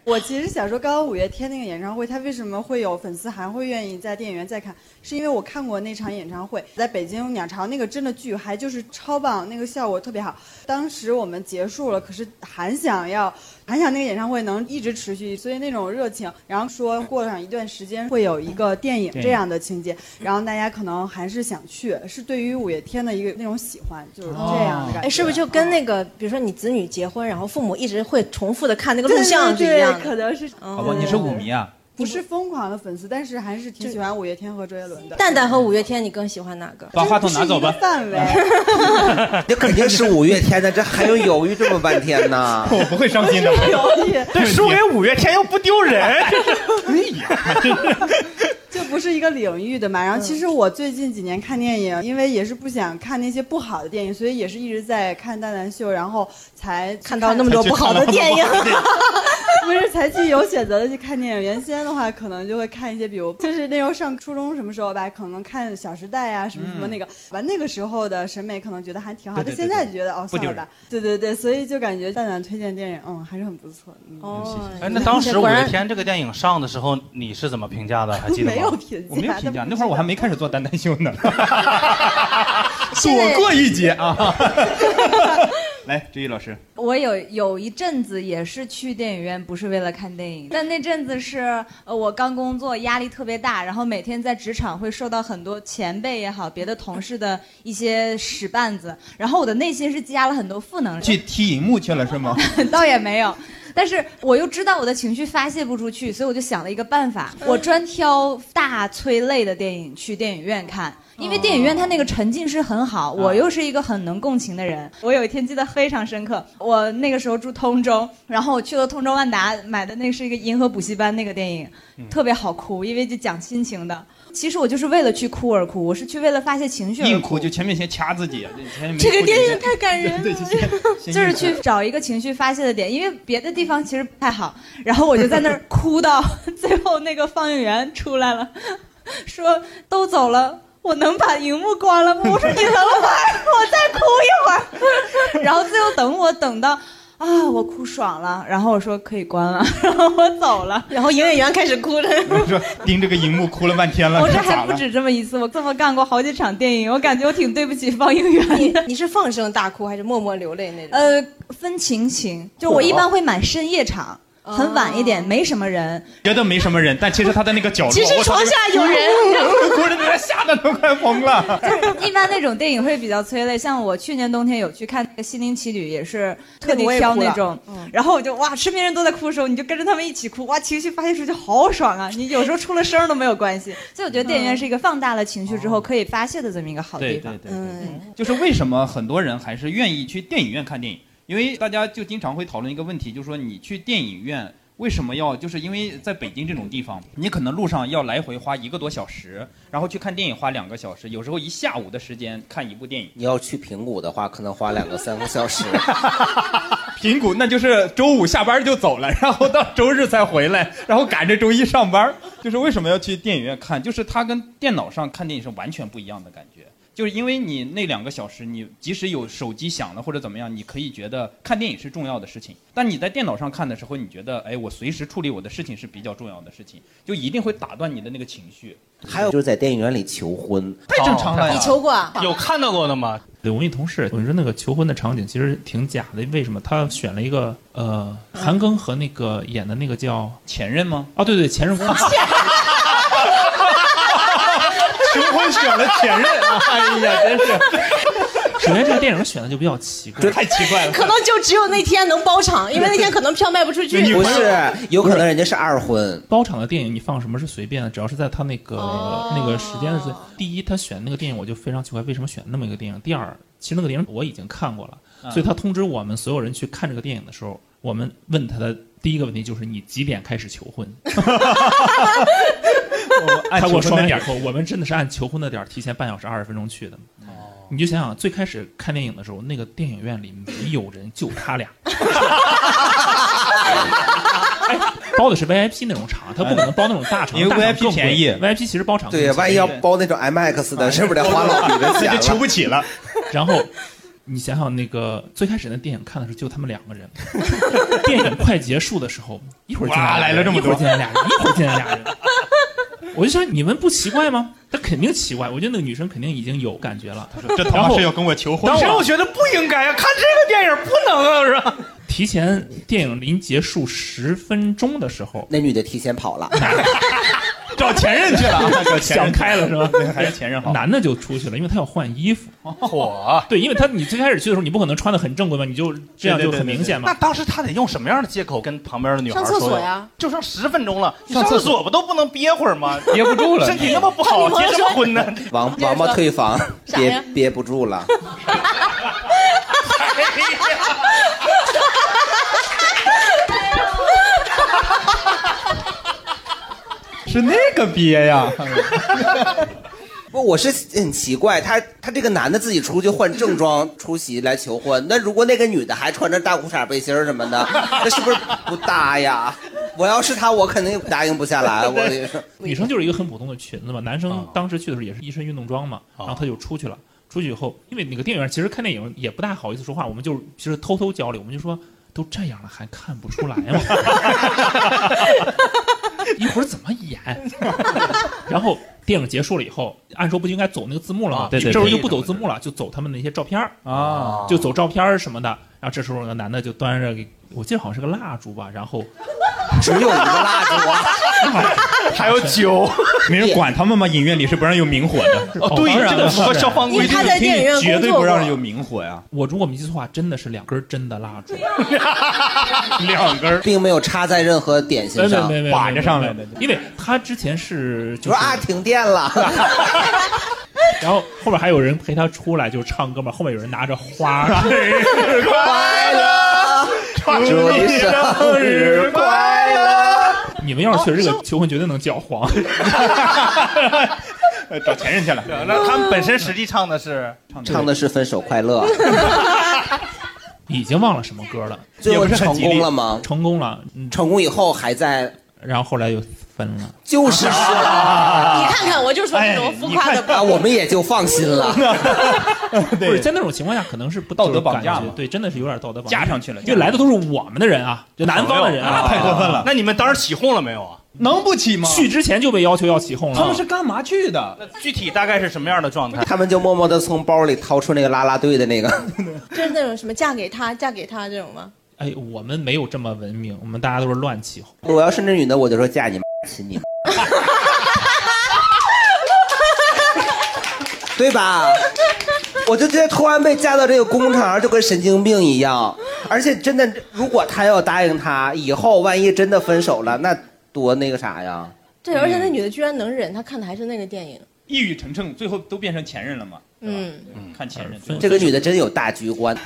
我其实想说，刚刚五月天那个演唱会，他为什么会有粉丝还会愿意在电影院再看？是因为我看过那场演唱会，在北京鸟巢那个真的巨嗨，就是超棒，那个效果特别好。当时我们结束了，可是还想要，还想那个演唱会能一直持续，所以那种热情。然后说过上一段时间会有一个电影电影这样的情节，然后大家可能还是想去，是对于五月天的一个那种喜欢，就是这样啊的感觉。哎，是不是就跟那个，比如说你子女结婚，然后父母一直会重复的看那个对录像是一样对对可的？嗯能是好吧，你是舞迷啊？不是疯狂的粉丝，但是还是挺喜欢五月天和周杰伦的。蛋蛋和五月天，你更喜欢哪个？把话筒拿 [LAUGHS] 走吧。范围，这肯定是五月天的，这还用犹豫这么半天呢？我不会伤心的。哎哎对，输给五月天又不 [LAUGHS] 丢人。这不是一个领域的嘛。然后其实我最近几年看电影，因为也是不想看那些不好的电影，所以也是一直在看蛋蛋秀，然后才看到那么多不好的电影。 [LAUGHS] 不是才去有选择的去看电影。原先的话，可能就会看一些，比如就是那时候上初中什么时候吧，可能看《小时代》啊，什么什么那个，完、那个时候的审美可能觉得还挺好的，对对对现在就觉得哦不算丢了人吧。对对对，所以就感觉蛋蛋推荐电影，嗯，还是很不错。嗯、哦哎，那当时五月天这个电影上的时候，你是怎么评价的？还记得吗？没有评价我没有评价，那会儿我还没开始做单单秀呢，现在躲过一劫啊。来，周一老师，我有有一阵子也是去电影院，不是为了看电影，但那阵子是呃我刚工作，压力特别大，然后每天在职场会受到很多前辈也好，别的同事的一些使绊子，然后我的内心是积压了很多负能量。去踢荧幕去了是吗？倒也没有。但是我又知道我的情绪发泄不出去，所以我就想了一个办法，嗯我专挑大催泪的电影去电影院看，因为电影院哦它那个沉浸式很好，嗯我又是一个很能共情的人。我有一天记得非常深刻，我那个时候住通州，然后我去了通州万达买的那是一个《银河补习班》那个电影，嗯特别好哭，因为就讲亲情的。其实我就是为了去哭而哭，我是 [LAUGHS] 去为了发泄情绪而硬哭就前面先掐自己，啊前面没这个哭电就影太感人了， [LAUGHS] 对，先就是先去硬哭找一个情绪发泄的点，因为别的地方其实不太好。然后我就在那儿哭到最后，那个放映员出来了，说都走了。我能把荧幕关了吗？ [LAUGHS] 我说你等会儿，我再哭一会儿。然后最后等我等到啊，我哭爽了，然后我说可以关了，然后我走了。然后营业员开始哭了。我 [LAUGHS] 说盯着个荧幕哭了半 [LAUGHS] 天了，我这咋还不了止这么一次，我这么干过好几场电影，我感觉我挺对不起放映员的。你是放声大哭还是默默流泪那种？呃，分情形，就我一般会买深夜场，哦很晚一点，没什么人。觉得没什么人，但其实他在那个角落，其实我操床下有人 [LAUGHS] 哭的在那吓得都快疯了。 [LAUGHS] 一般那种电影会比较催泪，像我去年冬天有去看那个《心灵奇旅》，也是特地挑那种，那个我也哭啊了嗯然后我就哇，身边人都在哭的时候，你就跟着他们一起哭，哇，情绪发泄出去好爽啊！你有时候出了声儿都没有关系，所以我觉得电影院是一个放大了情绪之后可以发泄的这么一个好对地对方。哦对，嗯，就是为什么很多人还是愿意去电影院看电影？因为大家就经常会讨论一个问题，就是说你去电影院为什么要？就是因为在北京这种地方，你可能路上要来回花一个多小时，然后去看电影花两个小时，有时候一下午的时间看一部电影。 [LAUGHS] 你要去平谷的话，可能花两个三个 [LAUGHS] 小时。平谷那就是周五下班就走了，然后到周日才回 [LAUGHS] 来，然后赶着周一上班。就是为什么要去电影院看？就是它跟电脑上看电影是完全不一样的感觉。就是因为你那两个小时，你即使有手机响了或者怎么样，你可以觉得看电影是重要的事情。但你在电脑上看的时候，你觉得，哎，我随时处理我的事情是比较重要的事情，就一定会打断你的那个情绪。还有就是在电影院里求婚，太正常了呀你求过啊有看到过的吗？对，我一同事，我说那个求婚的场景其实挺假的，为什么？他选了一个呃，韩庚和那个演的那个叫前任吗？啊，对对，前任公主。 [LAUGHS] 求婚选了前任， [LAUGHS] 哎呀，真是 [LAUGHS] 首先，这个电影选的就比较奇 [LAUGHS] 怪，太奇怪可能就只有那天能包场，因为那天可能票卖不出去。哎不是，有可能人家是二婚。包场的电影你放什么是随便的，只要是在他那个、那个时间是随。第一，他选那个电影我就非常奇怪，为什么选那么一个电影？第二，其实那个电影我已经看过了，嗯所以他通知我们所有人去看这个电影的时候， [LAUGHS] 我们问他的第一个问题就是你几点开始求婚？按他给我求婚双的了点点头，我们真的是按求婚的点儿提前半小时、二十分钟去的。你就想想，最开始看电影的时候，那个电影院里没有人，就他俩。哎包的是 VIP 那种场，他不可能包那种大场， [LAUGHS] 因为大场 VIP 更贵便宜，VIP 其实包场更对便宜哎呀，万一要包那种 IMAX 的，是不是得 [LAUGHS] 花老笔的钱了？不起了。然后你想想那个最开始那电影看的时候就他们两个 [LAUGHS] 人，电影快结束的时候，一会儿进哇来了这么多一会儿进来俩人，一会儿进来俩人。我就说你们不奇怪吗？他肯定奇怪，我觉得那个女生肯定已经有感觉了。他说这他妈是要跟我求婚当时我觉觉得不应该啊，看这个电影不能啊，是吧？提前电影临结束十分钟的时候， [LAUGHS] 那女的提前跑了。找前任去了 [LAUGHS] 啊找前任想开了是吧？对还是前任好男的就出去了，因为他要换衣服。火，对，因为他你最开始去的时候，你不可能穿的很正规嘛，你就这样对对就对很对明显嘛那。当时他得用什么样的借口跟旁边的女孩上说？厕所呀，就上十分钟了，你上上厕厕所所不都不能憋会儿吗？憋不住了身体那么不 [LAUGHS] 好，他女朋结友什么婚呢？王王八退房，啥呀憋憋不 [LAUGHS] 住了。是那个憋呀， [LAUGHS] 不，我是很奇怪，他他这个男的自己出去换正装出席来求婚，那如果那个女的还穿着大裤衩背心儿什么的，那是不是不搭呀？我要是他，我肯定答应不下来。我跟 [LAUGHS] 你说，女生就是一个很普通的裙子嘛，男啊生当时去的时候也是一身运动装嘛，然后他就出去了。出去以后，因为那个电影院其实看电影也不大好意思说话，我们就是其实偷偷交流，我们就说都这样了还看不出来 [LAUGHS] 吗？一会儿怎么演？然后电影结束了以后，按说不就应该走那个字幕了吗？啊对对对这时候就不走字幕了，就走他们那些照片儿啊就走照片儿什么的。然后这时候那男的就端着给，我记得好像是个蜡烛吧，然 [LAUGHS] 后只有一个蜡烛啊，还有酒，没人管他们吗？影院里是不让有明火的。哦对当然这个符合了消防规定因为他在电影院绝工对作不过让人有明火呀。我如果没记错的话，真的是两根真的蜡烛， [LAUGHS] 两根，并没有插在任何点心没上，没没把的。因为他之前是就说是啊，停电了， [LAUGHS] 然后后面还有人陪他出来，就是唱歌嘛。后面有人拿着花， [LAUGHS] 快乐，祝你生日快乐。你们要是去这个求婚，绝对能教皇。找前任去了。那他们本身实际唱的是 [LAUGHS] 唱的是分手快乐，啊 [LAUGHS] 已经忘了什么歌了，最后成功了吗？成功了，嗯成功以后还在，然后后来又分了。就是啊说，[LAUGHS] 哎你看看，我就 [LAUGHS] 说这种浮夸的啊，我们也就放 [LAUGHS] 心了。不是在那种情况下，可能是不道德绑就是架感嘛觉对，真的是有点道德绑加上去了因为来的都是我们的人啊，就南方的人啊，那太过分了 [LAUGHS] 那你们当时起哄了没有啊？能不起吗？去之前就被要求要起哄了。他们是干嘛去的？那具体大概是什么样的状态？他们就默默的从包里掏出那个啦啦队的那个，就是那种什么嫁给他，嫁给他这种吗？哎，我们没有这么文明，我们大家都是乱起哄。我要是那女的，我就说嫁你妈，亲你妈， [LAUGHS] 对吧？我就觉得突然被嫁到这个工厂，就跟神经病一样。而且真的，如果他要答应他，以后万一真的分手了，那多那个啥呀？对，而嗯且那女的居然能忍，她看的还是那个电 [LAUGHS] 影。一语成谶，最后都变成前任了嘛？嗯，看前任，这个女的真有大局观。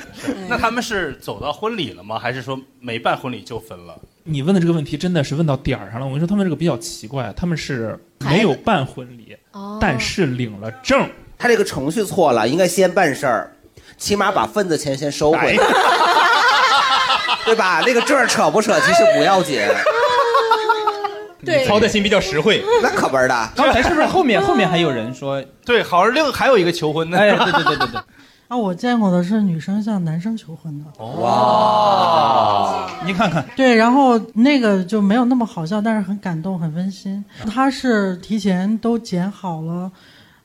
那他们是走到婚礼了吗？还是说没办婚礼就分了？你问的这个问题真的是问到点儿上了。我跟你说，他们这个比较奇怪，他们是没有办婚礼，哦但是领了证。他这个程序错了，应该先办事儿，起码把份子钱先收哎回， [LAUGHS] 对吧？那个证儿扯不扯其实不要紧，对，操的心比较实惠。那可不是的。 [LAUGHS] 刚才是不是后面后面还有人说？对，好像另还有一个求婚的。哎，对对对对对。啊，我见过的是女生向男生求婚的。哇，你看看， [LAUGHS] 对，然后那个就没有那么好笑，但是很感动，很温馨。他是提前都剪好了，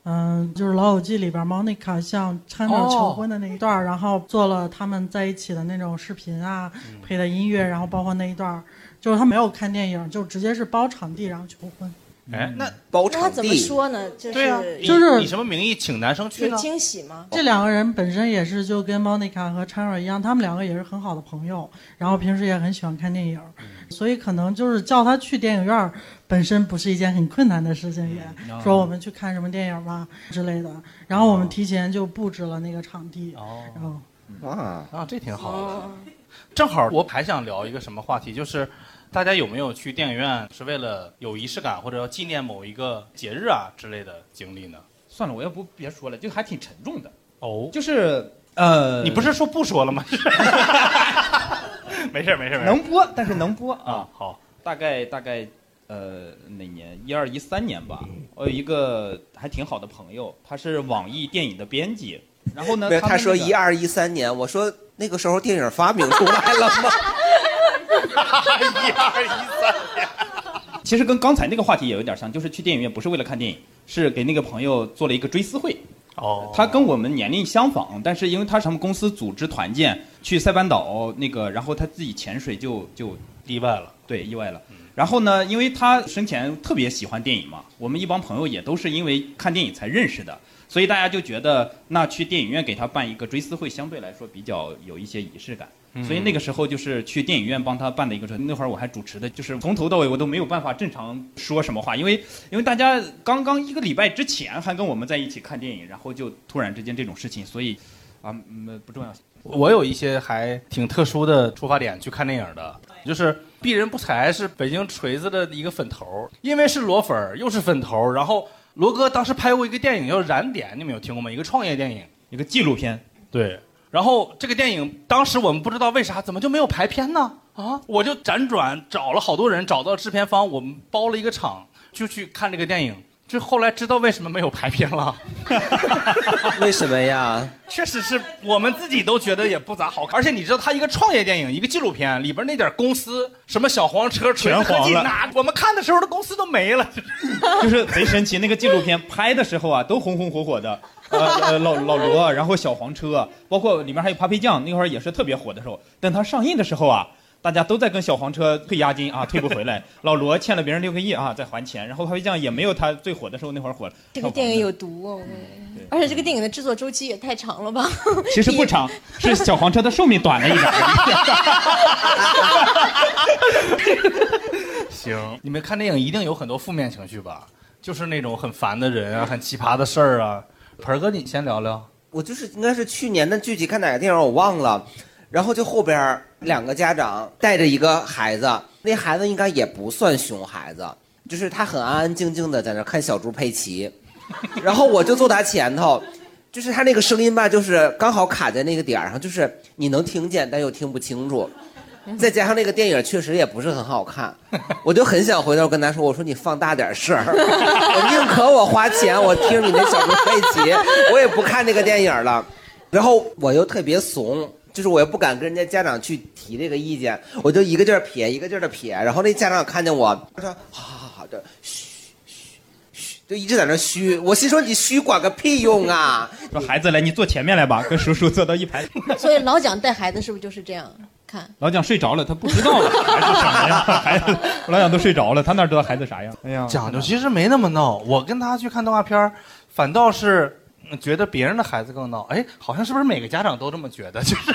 嗯、就是《老友记》里边 Monica 向哦 Chandler 求婚的那一段儿，然后做了他们在一起的那种视频啊，配的音乐，然后包括那一段儿，就是他没有看电影，就直接是包场地然后求婚。哎，那包那她怎么说呢？就是对啊，就以是以什么名义请男生去有呢？惊喜吗？这两个人本身也是就跟 Monica 和 Chandler 一样，他们两个也是很好的朋友，然后平时也很喜欢看电影，嗯所以可能就是叫他去电影院儿本身不是一件很困难的事情也，嗯说我们去看什么电影吧之类的，然后我们提前就布置了那个场地，哦然后啊啊，这挺好的。哦正好我还想聊一个什么话题，就是大家有没有去电影院是为了有仪式感或者要纪念某一个节日啊之类的经历呢？算了，哎我要不别说了，就还挺沉重的。哦，就是呃，你不是说不说了吗？ [LAUGHS] 没事儿没事儿没事儿，能播，但是能播啊。好，大概大概呃哪年？一二一三年吧。我有一个还挺好的朋友，他是网易电影的编辑。 [LAUGHS] 然后呢，没有，们他说那个一二一三年，我说那个时候电影发明出来了吗？一二一三。其实跟刚才那个话题也有点像，就是去电影院不是为了看电影，是给那个朋友做了一个追思会。哦，他跟我们年龄相仿，但是因为他是他们公司组织团建去塞班岛那个，然后他自己潜水就就意外了，对，意外了。然后呢，因为他生前特别喜欢电影嘛，我们一帮朋友也都是因为看电影才认识的，所以大家就觉得那去电影院给他办一个追思会，相对来说比较有一些仪式感。嗯所以那个时候就是去电影院帮他办的一个追，那会儿我还主持的，就是从头到尾我都没有办法正常说什么话，因为因为大家刚刚一个礼拜之前还跟我们在一起看电影，然后就突然之间这种事情，所以啊、嗯，不重要。我有一些还挺特殊的出发点去看电影的，就是鄙人不才是北京锤子的一个粉头，因为是罗粉儿又是粉头，然后罗哥当时拍过一个电影叫《燃点》，你们有听过吗？一个创业电影，一个纪录片。对，然后这个电影当时我们不知道为啥怎么就没有排片呢？啊，我就辗转找了好多人，找到制片方，我们包了一个场就去看这个电影。就后来知道为什么没有排片了， [LAUGHS] 为什么呀？ [LAUGHS] 确实是我们自己都觉得也不咋好看，而且你知道，它一个创业电影，一个纪录片，里边那点公司，什么小黄车、锤全子 [LAUGHS] 科黄技了哪，我们看的时候的公司都没了。 [LAUGHS] 就是贼神奇。那个纪录片拍的时候啊，都红红火火的，呃呃，老老罗，然后小黄车，啊包括里面还有扒皮酱，那会儿也是特别火的时候。等它上映的时候啊，大家都在跟小黄车退押金啊，退不回来。老罗欠了别人六个亿啊，在还钱。然后扒皮酱也没有他最火的时候那会儿火。这个电影有毒哦，我跟你说而且这个电影的制作周期也太长了吧？ [LAUGHS] 其实不长，是小黄车的寿命短了一点。 [LAUGHS] [LAUGHS] 行，你们看电影一定有很多负面情绪吧？就是那种很烦的人啊，很奇葩的事儿啊。盆儿哥，你先聊聊。我就是应该是去年的具体看哪个电影我忘了，然后就后边儿两个家长带着一个孩子，那孩子应该也不算熊孩子，就是他很安安静静的在那儿看小猪佩奇，然后我就坐他前头，就是他那个声音吧，就是刚好卡在那个点儿上，就是你能听见但又听不清楚，再加上那个电影确实也不是很好看， [LAUGHS] 我就很想回头跟他说，我说你放大点声儿，我宁可我花钱我听你那小猪佩奇，我也不看那个电影了。然后我又特别怂，就是我又不敢跟人家家长去提这个意见，我就一个劲儿撇，一个劲儿的撇。然后那家长看见我，他说好好好的，嘘嘘嘘，就一直在那嘘。我心说你嘘管个屁用啊！说孩子来，你坐前面来吧，跟叔叔坐到一排。所以老蒋带孩子是不是就是这样看？老蒋睡着了，他不知道孩子什么样，孩子老蒋都睡着了，他哪知道孩子啥样？哎呀，讲究其实没那么闹，我跟他去看动画片儿，反倒是嗯觉得别人的孩子更闹。哎，好像是不是每个家长都这么觉得？就是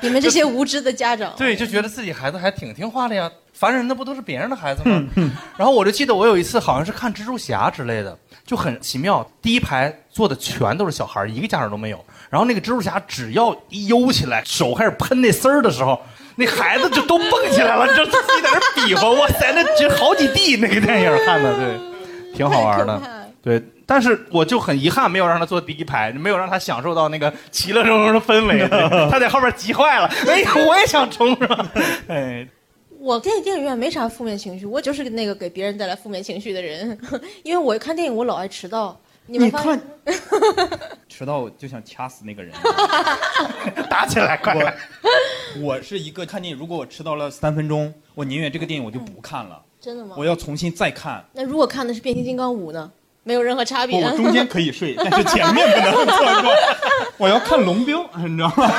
你们这些无知的家长，对，就觉得自己孩子还挺听话的呀，烦人的不都是别人的孩子吗？然后我就记得我有一次好像是看蜘蛛侠之类的，就很奇妙，第一排坐的全都是小孩儿，一个家长都没有。然后那个蜘蛛侠只要一悠起来，手开始喷那丝儿的时候，那孩子就都蹦起来了，就自己在那比划，哇塞，那这好几 D 那个电影看的，对，挺好玩的，对。但是我就很遗憾，没有让他坐第一排，没有让他享受到那个其乐融融的氛 [LAUGHS] 围，对他在后边急坏了，哎，我也想冲是吧？哎，我在电影院没啥负面情绪，我就是那个给别人带来负面情绪的人， [LAUGHS] 因为我看电影我老爱迟到。你们你发看迟到就想掐死 [LAUGHS] 那个人，打起来，快来！ [LAUGHS] 我是一个看电影，如果我迟到了三分钟，我宁愿这个电影我就不看了，真的吗？我要重新再看。那如果看的是《变形金刚五》呢？没有任何差不，别。哎我 [LAUGHS] 中间可以睡，但是前面不能错过。我要看龙标，你知道吗？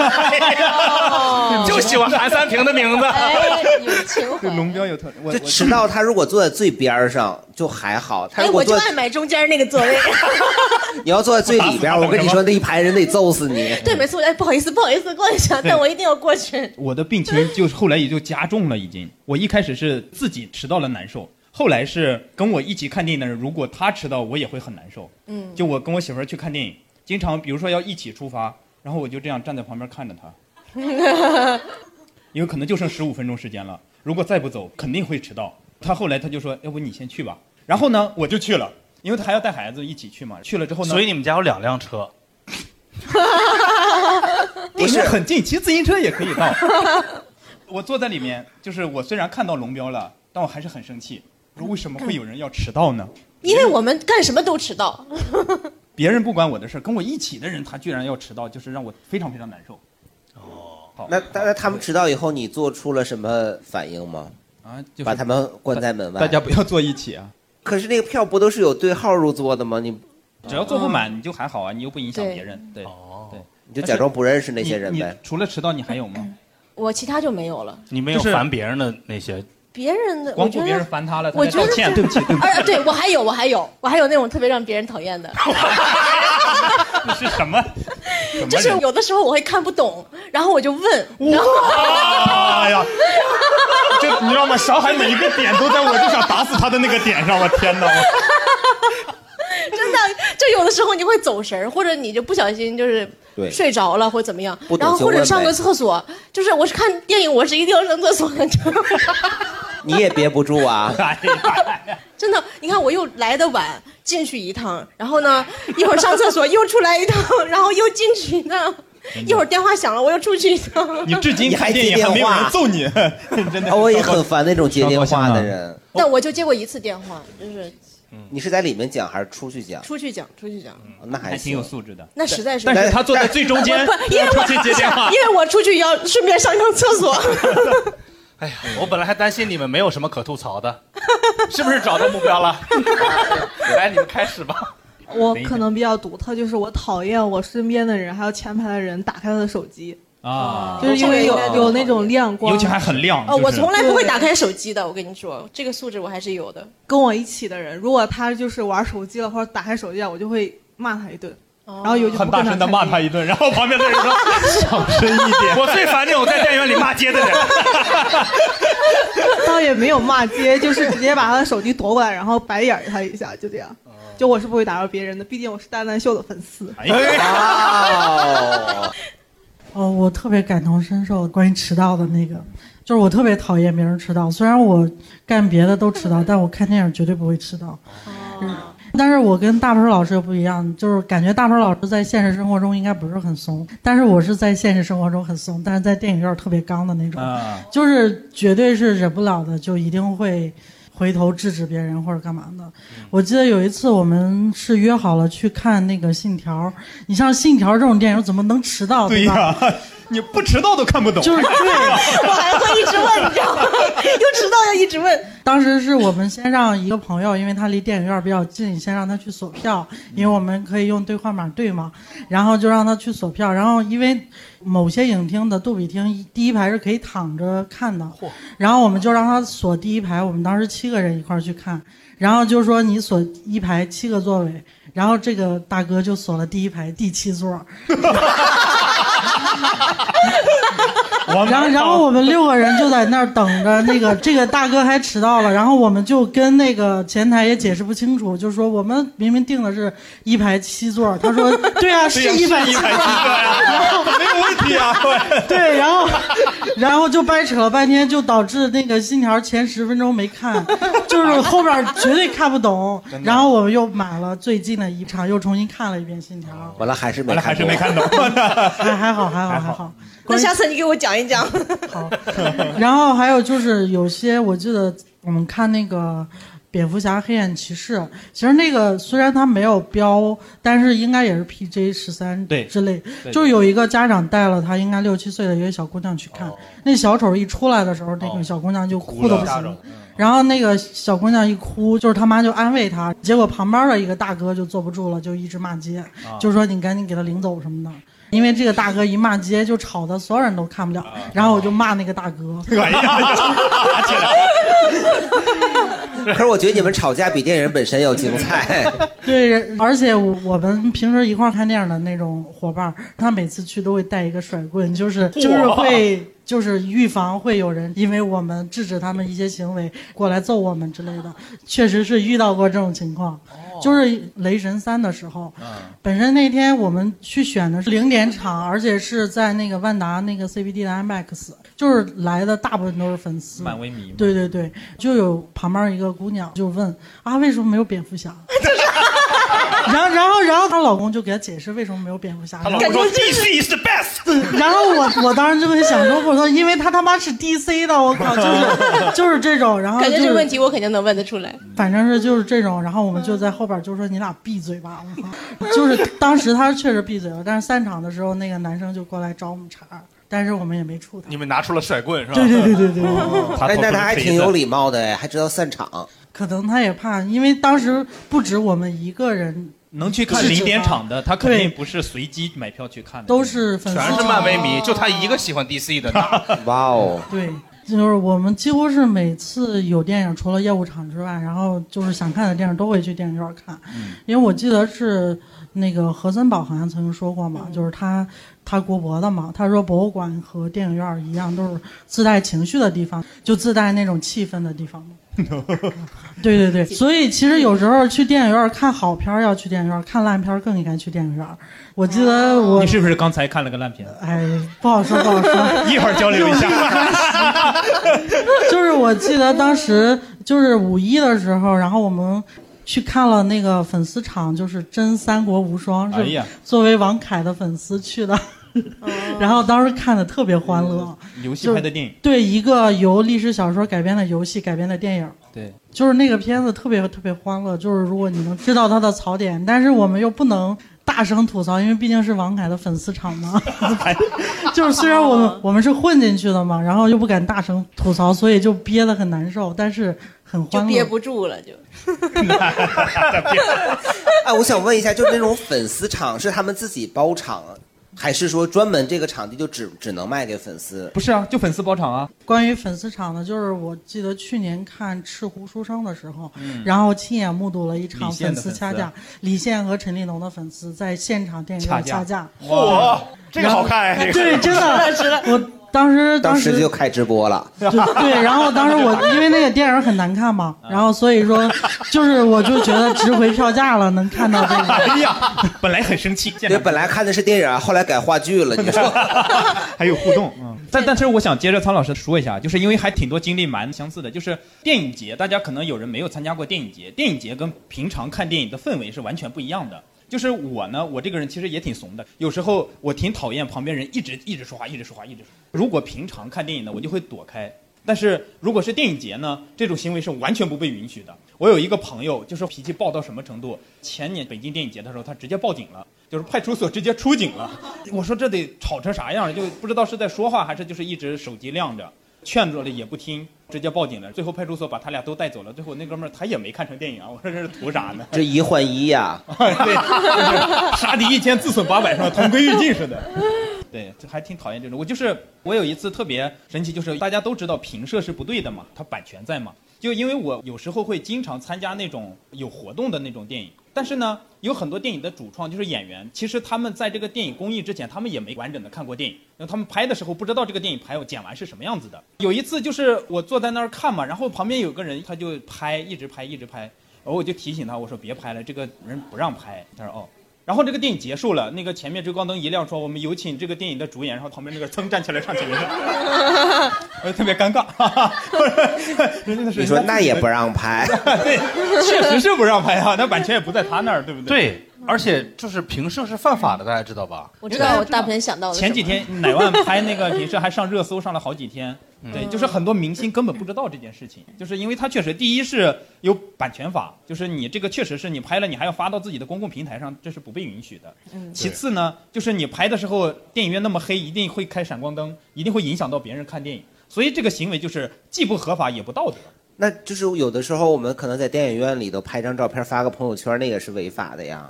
哦 [LAUGHS] 就喜欢韩三平的名字。哎有情对龙标有特，我就迟到，他如果坐在最边儿上就还好，他哎，如果我就坐爱买中间那个座 [LAUGHS] 位。你要坐在最里边儿，我跟你说那一排人得揍死你。对，没错。哎，不好意思，不好意思，过一下，对但我一定要过去。我的病情就是后来也就加重了，已经。我一开始是自己迟到了难受，后来是跟我一起看电影的人，如果他迟到，我也会很难受。嗯就我跟我媳妇儿去看电影，经常比如说要一起出发，然后我就这样站在旁边看着她，因为可能就剩十五分钟时间了，如果再不走肯定会迟到。她后来她就说，要不你先去吧。然后呢，我就去了，因为她还要带孩子一起去嘛。去了之后呢，所以你们家有两辆车， [LAUGHS] 不是很近，骑自行车也可以 [LAUGHS] 到。我坐在里面，就是我虽然看到龙标了，但我还是很生气，我说为什么会有人要迟到呢？因为我们干什么都迟到。别人不关我的事儿，跟我一起的人他居然要迟到，就是让我非常非常难受。那那他们迟到以后，你做出了什么反应吗？啊，就是把他们关在门外。大家不要坐一起啊！可是那个票不都是有对号入座的吗？你只要坐不满你就还好啊，你又不影响别人，对对，你就假装不认识那些人你呗。除了迟到，你还有吗？我其他就没有了。你没有就是烦别人的那些，别人的，光我觉顾得别人烦他了，他我在觉得道歉，这对不起，对不起。啊，对我还有，我还有，我还有那种特别让别人讨 [LAUGHS] 厌的，你是什么？就是有的时候我会看不懂，然后我就问，然后哎 [LAUGHS] 呀，这你知道吗？小海每一个点都在我就想打死他的那个点上，我天哪！真的，就有的时候你会走神儿，或者你就不小心就是对睡着了或怎么样不，懂然后就或者问上呗个厕所，就是我是看电影，我是一定要上厕所的，你也憋不住啊！真的，你看我又来的晚，进去一趟，然后呢， [LAUGHS] 一会儿上厕所又出来一趟，然后又进去一趟，一会儿电话响了我又出去一趟。你还接电话，啊你，真的。我也很烦那种接电话的人。嗯但我就接过一次电话，就是你是在里面讲还是出去讲？出去讲，出去讲。那还还挺有行素质的。那实在嗯是，但是他坐在最中间 [LAUGHS] 不，因为我出去接电话 [LAUGHS] 因为我出去要顺便上趟厕所。我本来还担心你们没有什么可吐槽的，是不是找到目标了？ [LAUGHS] 来，你们开始吧。我可能比较独特，就是我讨厌我身边的人，还有前排的人打开他的手机，啊，就是因为有有那哦种亮光，尤其还很亮。呃，我从来不会打对开手机的，我跟你说，这个素质我还是有的。跟我一起的人，如果他就是玩手机了或者打开手机了，啊我就会骂他一顿，哦然后有就不很跟大他声的看骂他一顿，然后旁边的人说 [LAUGHS] 小声一点。我最烦这种在电影院里骂街的人。 [LAUGHS] 倒也没有骂街，就是直接把他的手机夺过来，然后白眼儿他一下，就这哦样。就我是不会打扰别人的，毕竟我是蛋蛋秀的粉丝。哎 [LAUGHS] 哦，哦，我特别感同身受，关于迟到的那个，就是我特别讨厌别人迟到。虽然我干别的都迟 [LAUGHS] 到，但我看电影绝对不会迟到。嗯，但是我跟大鹏老师又不一样，就是感觉大鹏老师在现实生活中应该不是很怂，但是我是在现实生活中很怂，但是在电影院特别刚的那种，啊就是绝对是忍不了的，就一定会。回头制止别人或者干嘛嗯的。我记得有一次我们是约好了去看那个《信条》，你像《信条》这种电影怎么能迟到？对吧？呀，你不迟到都看不懂。就是对 [LAUGHS] 我还会一直问，你知道吗？又迟到要一直问。当时是我们先让一个朋友，因为他离电影院比较近，先让他去锁票，因为我们可以用兑换码兑嘛。然后就让他去锁票，然后因为某些影厅的杜比厅第一排是可以躺着看的，然后我们就让他锁第一排。我们当时七个人一块儿去看，然后就说你锁一排七个座位，然后这个大哥就锁了第一排第七座。然后，然后 [LAUGHS] 我们六个人就在那儿等着，那个这个大哥还迟到了，然后我们就跟那个前台也解释不清楚，就说我们明明定的是一排七座，他说对啊，是一排七座， [LAUGHS] 没有问题啊。对，然后，然后就掰扯了半天，就导致那个信条前十分钟没看，就是后边绝对看不懂。然后我们又买了最近的一场，又重新看了一遍信条，完了还是没，完了还是没看懂。 [LAUGHS] [LAUGHS] 还还好，还好，还好。那下次你给我讲 [LAUGHS] 一讲。然后还有就是有些，我记得我们看那个《蝙蝠侠：黑暗骑士》，其实那个虽然它没有标，但是应该也是 PJ 十三对之类对，就是有一个家长带了他应该六七岁的一个小姑娘去看，哦那小丑一出来的时候，那个小姑娘就哭的不行。了。嗯然后那个小姑娘一哭，就是她妈就安慰她，结果旁边的一个大哥就坐不住了，就一直骂街，啊就说你赶紧给她领走什么的。因为这个大哥一骂街，就吵得所有人都看不了。然后我就骂那个大哥。啊哎呀，可是我觉得你们吵架比电影本身要精彩。对，而且我我们平时一块儿看电影的那种伙伴儿，他每次去都会带一个甩棍，就是就是会就是预防会有人因为我们制止他们一些行为过来揍我们之类的，确实是遇到过这种情况。就是雷神三的时候，本身那天我们去选的是零点场，而且是在那个万达那个 CBD 的 IMAX，就是来的大部分都是粉丝，漫威迷嘛对对对，就有旁边一个姑娘就问啊，为什么没有蝙蝠 [LAUGHS] 侠？然后，然后，然后她老公就给她解释为什么没有蝙蝠侠。他老公说 DC is the best。 [LAUGHS] 然后我我当时就很想说，我说因为他他妈是 DC 的，我靠，就是就是这种，然后感觉就这是个问题我肯定能问得出来。反正是就是这种，然后我们就在后边就说你俩闭嘴吧，我靠！就是当时他确实闭嘴了，但是散场的时候那个男生就过来找我们茬儿，但是我们也没处他。你们拿出了甩棍是吧？对对对对对哦但哎但他还挺有礼貌。貌的哎，还知道散场。可能他也怕，因为当时不止我们一个人能去看支持零点他场的，他肯定不是随机买票去看的，都是粉丝全是漫威迷，就他一个喜欢 DC 的。哇哦！对，就是我们几乎是每次有电影，除了业务场之外，然后就是想看的电影都会去电影院看。因为我记得是那个何森堡好像曾经说过嘛，就是他他国博的嘛，他说博物馆和电影院一样，都是自带情绪的地方，就自带那种气氛的地方嘛。对对对，所以其实有时候去电影院看好片儿要去电影院，看烂片儿更应该去电影院。我记得我你是不是刚才看了个烂片？哎，不好说，不好说， [LAUGHS] 一会儿交流一下。 [LAUGHS] 就是我记得当时就是五一的时候，然后我们去看了那个粉丝场，就是真三国无双，哎是呀作为王凯的粉丝去的。 [LAUGHS] 然后当时看的特别欢乐，游戏拍的电影，对一个由历史小说改编的游戏改编的电影，对，就是那个片子特别特别欢乐，就是如果你能知道它的槽点，但是我们又不能大声吐槽，因为毕竟是王凯的粉丝场 [LAUGHS] 嘛。就是虽然我们我们是混进去的嘛，然后又不敢大声吐槽，所以就憋得很难受，但是很就欢乐。憋不住了就。 [LAUGHS] 哎，我想问一下，就是那种粉丝场是他们自己包场，还是说专门这个场地就只只能卖给粉丝？不是啊，就粉丝包场啊。关于粉丝场呢，就是我记得去年看《赤狐书生》的时候，嗯然后亲眼目睹了一李场现的丝粉丝掐架，李现和陈立农的粉丝在现场电影掐院架掐架，哇这个好看哎然后这个对，真的，是的是的我当时当当时就开直播了。对对，然后当时 [LAUGHS] 我因为那个电影很难看嘛，嗯然后所以说就是我就觉得值回票价了，能看到这个。哎呀，本来很生气，对，本来看的是电影，啊后来改话剧了。你说 [LAUGHS] 还有互动。嗯，但但是我想接着苍老师说一下，就是因为还挺多经历蛮相似的，就是电影节，大家可能有人没有参加过电影节，电影节跟平常看电影的氛围是完全不一样的。就是我呢，我这个人其实也挺怂的，有时候我挺讨厌旁边人一直一直说话，一直说话，一直说话。如果平常看电影呢，我就会躲开。但是如果是电影节呢，这种行为是完全不被允许的。我有一个朋友，就是脾气暴到什么程度？前年北京电影节的时候，他直接报警了，就是派出所直接出警了。我说这得吵成啥样，就不知道是在说话还是就是一直手机亮着，劝住了也不听，直接报警了。最后派出所把他俩都带走了。最后那哥们儿他也没看成电影啊，我说这是图啥呢？这 [LAUGHS] 一换一呀、对，杀啊敌一千，自损八百，是吧？同归于尽似的。 [LAUGHS] 对，这还挺讨厌这种。我就是我有一次特别神奇，就是大家都知道平射是不对的嘛，它版权在嘛。就因为我有时候会经常参加那种有活动的那种电影，但是呢，有很多电影的主创就是演员，其实他们在这个电影公映之前，他们也没完整的看过电影，然后他们拍的时候不知道这个电影拍剪完是什么样子的。有一次就是我坐在那儿看嘛，然后旁边有个人他就拍，一直拍，一直拍，然后我就提醒他，我说别拍了，这个人不让拍。他说哦。然后这个电影结束了，那个前面追光灯一亮，说我们有请这个电影的主演，然后旁边那个噌站起来上前面去， [LAUGHS] 我就特别尴尬。人家是 [LAUGHS] 你说那也不让拍，对，确实是不让拍啊，那版权也不在他那儿，对不对？对，而且就是平射是犯法的，大家知道吧？我知道，我大部分想到的是前几什天么乃万拍那个平时还上热搜上了好几天，对，嗯就是很多明星根本不知道这件事情，就是因为他确实第一是有版权法，就是你这个确实是你拍了，你还要发到自己的公共平台上，这是不被允许的。 [LAUGHS] 嗯其次呢，就是你拍的时候电影院那么黑，一定会开闪光灯，一定会影响到别人看电影，所以这个行为就是既不合法也不道德。那就是有的时候我们可能在电影院里头拍张照片发个朋友圈，那也是违法的呀。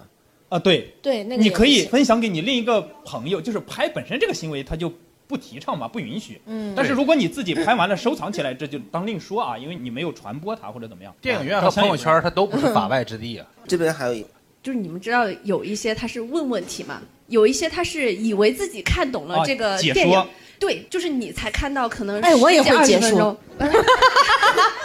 啊，对，对那个你也可不以行分享给你另一个朋友，就是拍本身这个行为，他就不提倡嘛，不允许。嗯但是如果你自己拍完了收藏起来，这就当另说啊，因为你没有传播它或者怎么样。电影院和朋友圈它都不是法外之地啊。这边还有一就是你们知道有一些他是问问题嘛，有一些他是以为自己看懂了啊这个解电影，说对，就是你才看到可能哎我也10会解20分钟，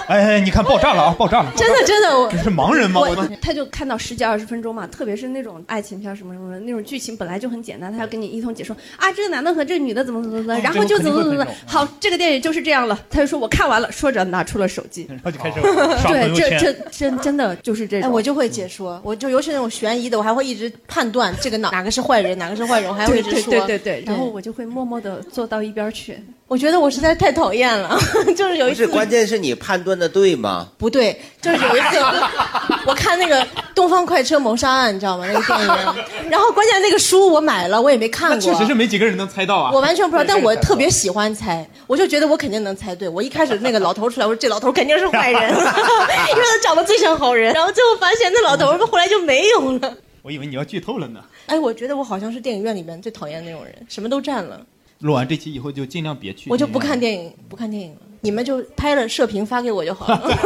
哎哎，你看爆炸了啊，爆炸了！真的真的，我你是盲人吗？我我他就看到十几二十分钟嘛，特别是那种爱情片什么什么的那种剧情本来就很简单，他要跟你一通解说啊，这个男的和这个女的怎么怎么怎么，哦然后就怎么怎么怎么，好，这个电影就是这样了。他就说我看完了，说着拿出了手机，哦然后就开始刷朋 [LAUGHS] 对，友这圈这真真的就是这哎，种，嗯我就会解说，我就尤其那种悬疑的，我还会一直判断这个哪哪个是坏人，哪个是坏人，我还会一直对说。对对对，然后我就会默默的坐到一边儿去。我觉得我实在太讨厌了， [LAUGHS] [LAUGHS] 就是有一不是次关键是你判断的 [LAUGHS] 对吗？不对，就是有一次我看那个《东方快车谋杀案》，你知道吗？那个电影，然后关键那个书我买了，我也没看那过，确实是没几个人能猜到啊。我完全不知道，对但我这个特别喜欢猜，我就觉得我肯定能猜对。我一开始那个老头出来，我说这老头肯定 [LAUGHS] 是坏人，因为他长得最像好人。然后最后发现那老头后来就没有了。我以为你要剧透了呢。哎，我觉得我好像是电影院里面最讨厌那种人，什么都占了，录完这期以后就尽量别去。我就不看电影，不看电影了。你们就拍了射频发给我就好了。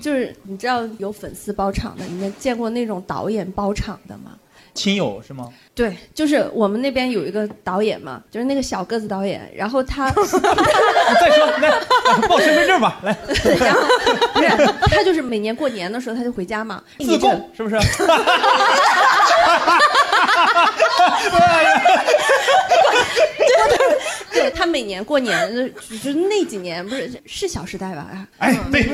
就是你知道有粉丝包场的，你们见过那种导演包场的吗？亲友是 [LAUGHS] 吗？对，就是我们那边有一个导演嘛，就是那个小个子导演，然后 [LAUGHS] 他再说，来报身份证 [LAUGHS] 吧，来，不是他就是每年过年的时候他就回家嘛，自贡是不是？ [LAUGHS] 对他每年过年就就是那几年不是是《小时代》吧？啊哎，对，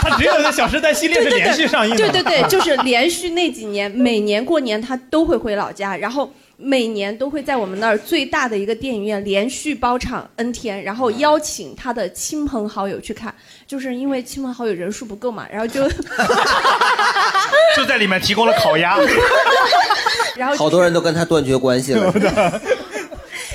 他只有在《小时代》系 [LAUGHS] 列是连续上映啊的。对对对，就是连续那几年，每年过年他都会回老家，然后每年都会在我们那儿最大的一个电影院连续包场 N 天，然后邀请他的亲朋好友去看，就是因为亲朋好友人数不够嘛，然后就就在里面提供了烤鸭。然后就好多人都跟他断绝关系 [LAUGHS] 了。就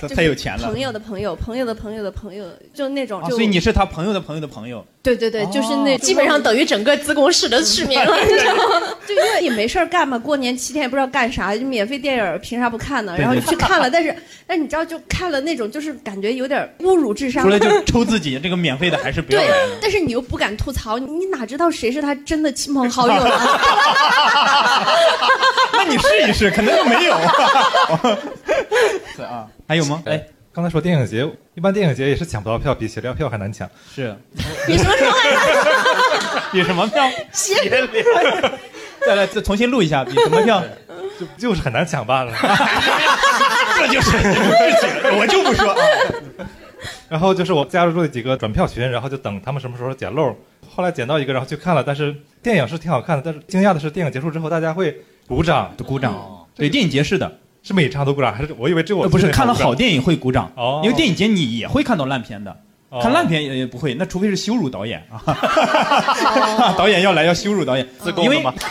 是太有钱了朋。友的朋友，朋友的朋友的朋友，就那种啊，就。所以你是哦他朋友的朋友的朋友，对对对，就是那哦基本上等于整个自贡市的市民 [LAUGHS] 了，你知道吗？ [LAUGHS] 就因为也没事儿干嘛，过年七天也不知道干啥，就免费电影儿凭啥不看呢？对然后就去看了，但是 [LAUGHS] 但是你知道，就看了那种就是感觉有点侮辱智商出。来就抽自己，这个免费的还是不要对来了。，但是你又不敢吐槽，你你哪知道谁是他真的亲朋好友 [LAUGHS] 啊？那你试一试，可能就没有。啊，还有吗？哎，刚才说电影节，一般电影节也是抢不到票，比协调票还难抢。是，你什么时候比什么票？ [LAUGHS] 邪再来，再重新录一下，比什么票？ [LAUGHS] 就就是很难抢罢了。 [LAUGHS] [LAUGHS] 这就是我就 [LAUGHS] 不说。啊然后就是我加入了几个转票群，然后就等他们什么时候捡漏。后来捡到一个，然后去看了，但是电影是挺好看的，但是惊讶的是电影结束之后大家会鼓掌，鼓掌。对，电影节是的，是每场都鼓掌， [LAUGHS] 还是我以为只有我呃不是自己看了鼓掌好电影会鼓掌，哦因为电影节你也会看到烂片的。哦看烂片也也不会，那除非是羞辱导演 [LAUGHS] 啊， [LAUGHS] 导演要来要羞辱导演，自贡因的为吗 [LAUGHS]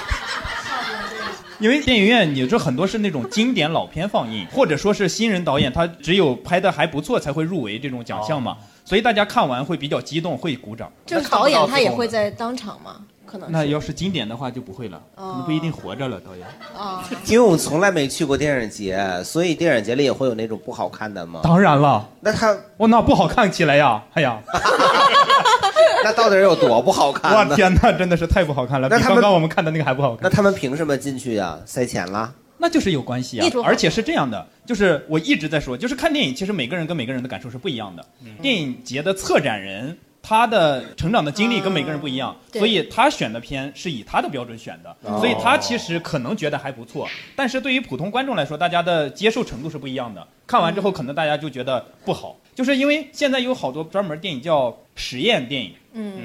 因为电影院你这很多是那种经典老片放映，或者说是新人导演，他只有拍的还不错才会入围这种奖项嘛，所以大家看完会比较激动，会鼓掌。就是导演他也会在当场嘛，可能那是要是经典的话就不会了，可能不一定活着了导演。啊。 [LAUGHS] 因为我从来没去过电影节，所以电影节里也会有那种不好看的吗？当然了，那他我那不好看起来呀，哎呀， [LAUGHS] 那到底有多不好看呢？我天哪，真的是太不好看了，比那他们刚刚我们看的那个还不好看。那他们凭什么进去呀、塞钱啦？ [LAUGHS] 那就是有关系啊一种，而且是这样的，就是我一直在说，就是看电影，其实每个人跟每个人的感受是不一样的。电影节的策展人他的成长的经历跟每个人不一样，对所以他选的片是以他的标准选的，哦所以他其实可能觉得还不错，但是对于普通观众来说，大家的接受程度是不一样的。看完之后，可能大家就觉得不好，就是因为现在有好多专门电影叫实验电影，嗯，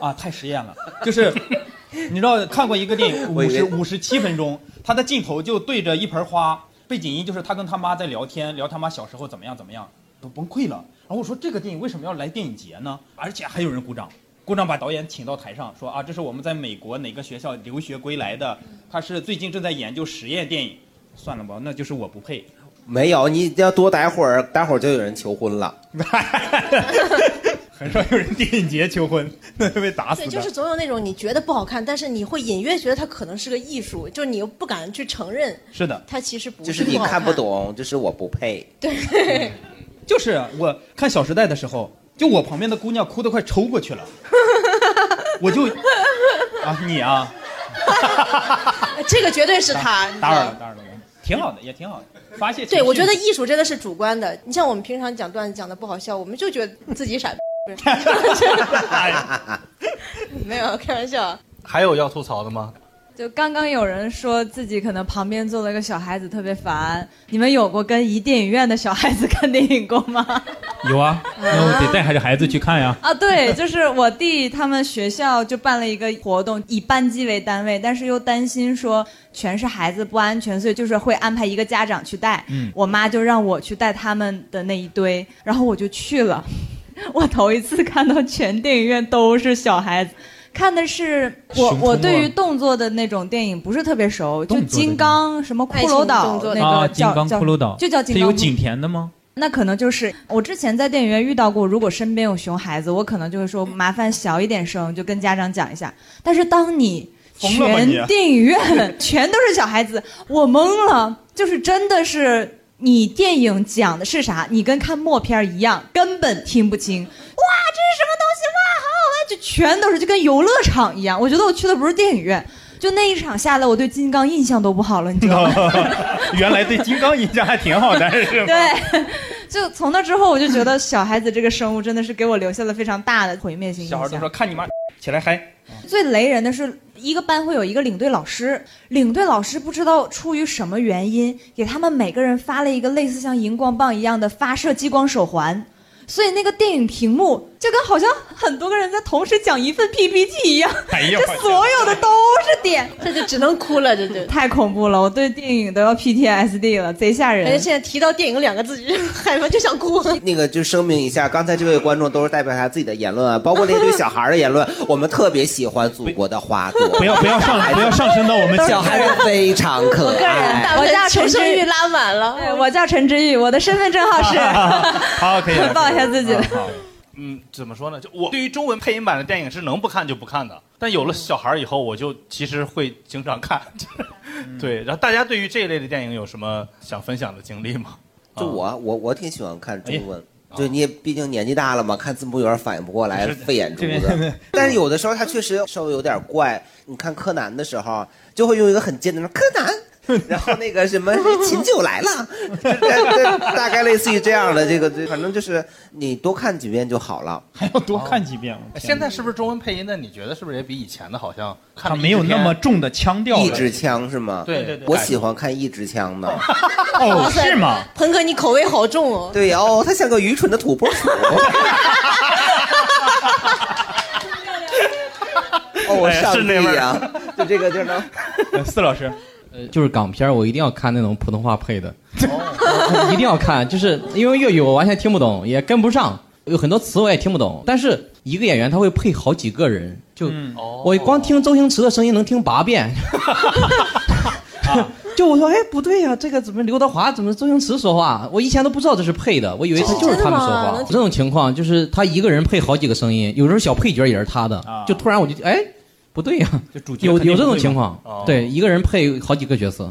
啊，太实验了，就是。你知道看过一个电影，我五以为十五十七分钟，他的镜头就对着一盆花，背景音就是他跟他妈在聊天，聊他妈小时候怎么样怎么样，都崩溃了。然后我说这个电影为什么要来电影节呢？而且还有人鼓掌，鼓掌把导演请到台上说啊，这是我们在美国哪个学校留学归来的，他是最近正在研究实验电影。算了吧，那就是我不配。 [LAUGHS] 没有，你要多待会儿，待会儿就有人求婚了。很少有人电影节求婚， [LAUGHS] 那会被打死对，的。就是总有那种你觉得不好看，但是你会隐约觉得它可能是个艺术，就是你又不敢去承认是的，它其实不就是你不好看不懂，就是我不配。对， [LAUGHS] 就是我看《小时代》的时候，就我旁边的姑娘哭得快抽过去了，[LAUGHS] 我就啊你啊，这个绝对是他。打扰了打扰了，挺好的也挺好的，发泄情绪对，我觉得艺术真的是主观的。你像我们平常讲段子讲的不好笑，我们就觉得自己傻逼，哎没有开玩笑。还有要吐槽的吗？就刚刚有人说自己可能旁边坐了一个小孩子特别烦，你们有过跟一电影院的小孩子看电影过吗？有啊，嗯那我得带着孩子去看呀。啊，对，就是我弟他们学校就办了一个活动，以班级为单位，但是又担心说全是孩子不安全，所以就是会安排一个家长去带。嗯我妈就让我去带他们的那一堆，然后我就去了。 [LAUGHS] 我头一次看到全电影院都是小孩子。看的是我，熊出没啊我对于动作的那种电影不是特别熟，就动作的啊金刚什么骷髅爱情动岛作那个金叫刚叫骷髅岛就叫金这刚有骷髅 [LAUGHS] 景甜的吗？那可能就是我之前在电影院遇到过，如果身边有熊孩子，我可能就会说麻烦小一点声，就跟家长讲一下。但是当你疯了吧全你电影院全都是小孩子，我懵了，就是真的是你电影讲的是啥？你跟看默片儿一样，根本听不清。哇，这是什么东西？哇，好好玩！就全都是就跟游乐场一样。我觉得我去的不是电影院，就那一场下来，我对金刚印象都不好了，你知道 [LAUGHS] 吗？哦原来对金刚印象还 [LAUGHS] 挺好的，是吗？对，就从那之后，我就觉得小孩子这个生物真的是给我留下了非常大的毁灭性印小孩都象。说看你妈起来嗨，最雷人的是，一个班会有一个领队老师，领队老师不知道出于什么原因，给他们每个人发了一个类似像荧光棒一样的发射激光手环。所以那个电影屏幕就跟好像很多个人在同时讲一份 PPT 一样，哎呀这所有的都 [LAUGHS] 是点，这就只能哭了，这就太恐怖了，我对电影都要 PTSD 了，贼吓人。感觉现在提到电影两个字，害怕就想哭。 [LAUGHS] 那个就声明一下，刚才这位观众都是代表他自己的言论啊，包括那对小孩的言论。我们特别喜欢祖国的花朵， [LAUGHS] 哎不要不要 [LAUGHS] 上不要上升到我们小孩子非常可爱。哎我叫陈求生之欲拉满了。对，我叫陈之玉，我的身份证号 [LAUGHS] 是 [LAUGHS] 好，可以了。报一下自己了嗯好嗯，怎么说呢？就我对于中文配音版的电影是能不看就不看的，但有了小孩儿以后，我就其实会经常看。 [LAUGHS] 对，然后大家对于这一类的电影有什么想分享的经历吗？就啊我我我挺喜欢看中文。哎就你也毕竟年纪大了嘛，看字幕有点反应不过来，是费眼珠这边子。但是有的时候他确实稍微有点怪。你看柯南的时候，就会用一个很尖的说柯南，然后那个什么秦九来了， [LAUGHS] 就大大大概类似于这样的这个，反正就是你多看几遍就好了。哎还要哦多看几啊遍哎现在是不是中文配音的？你觉得是不是也比以前的好像看他着没有一那天么重的腔调了，一支枪是吗？对对对我喜欢看一支枪的。 [LAUGHS] 哦，是吗？鹏哥，你口味好重哦。对呀，哦，他像个愚蠢的土拨 [LAUGHS] 鼠。哦，我哎呀上是那味帝儿呀！就这个地 [LAUGHS] [LAUGHS] 儿呢。四老师，就是港片儿，我一定要看那种普通话配的， [LAUGHS] 一定要看，就是因为粤语我完全听不懂，也跟不上，有很多词我也听不懂。但是一个演员他会配好几个人，就、嗯哦我光听周星驰的声音能听八遍。 [LAUGHS] 就我说，哎，不对呀、这个怎么刘德华怎么周星驰说话？我以前都不知道这是配的，我以为这就是他们真的说话吗。这种情况就是他一个人配好几个声音，有时候小配角也是他的，就突然我就哎，不对呀、啊主角有肯定有这不种对情嘛况，哦嗯对，一个人配好几个角色。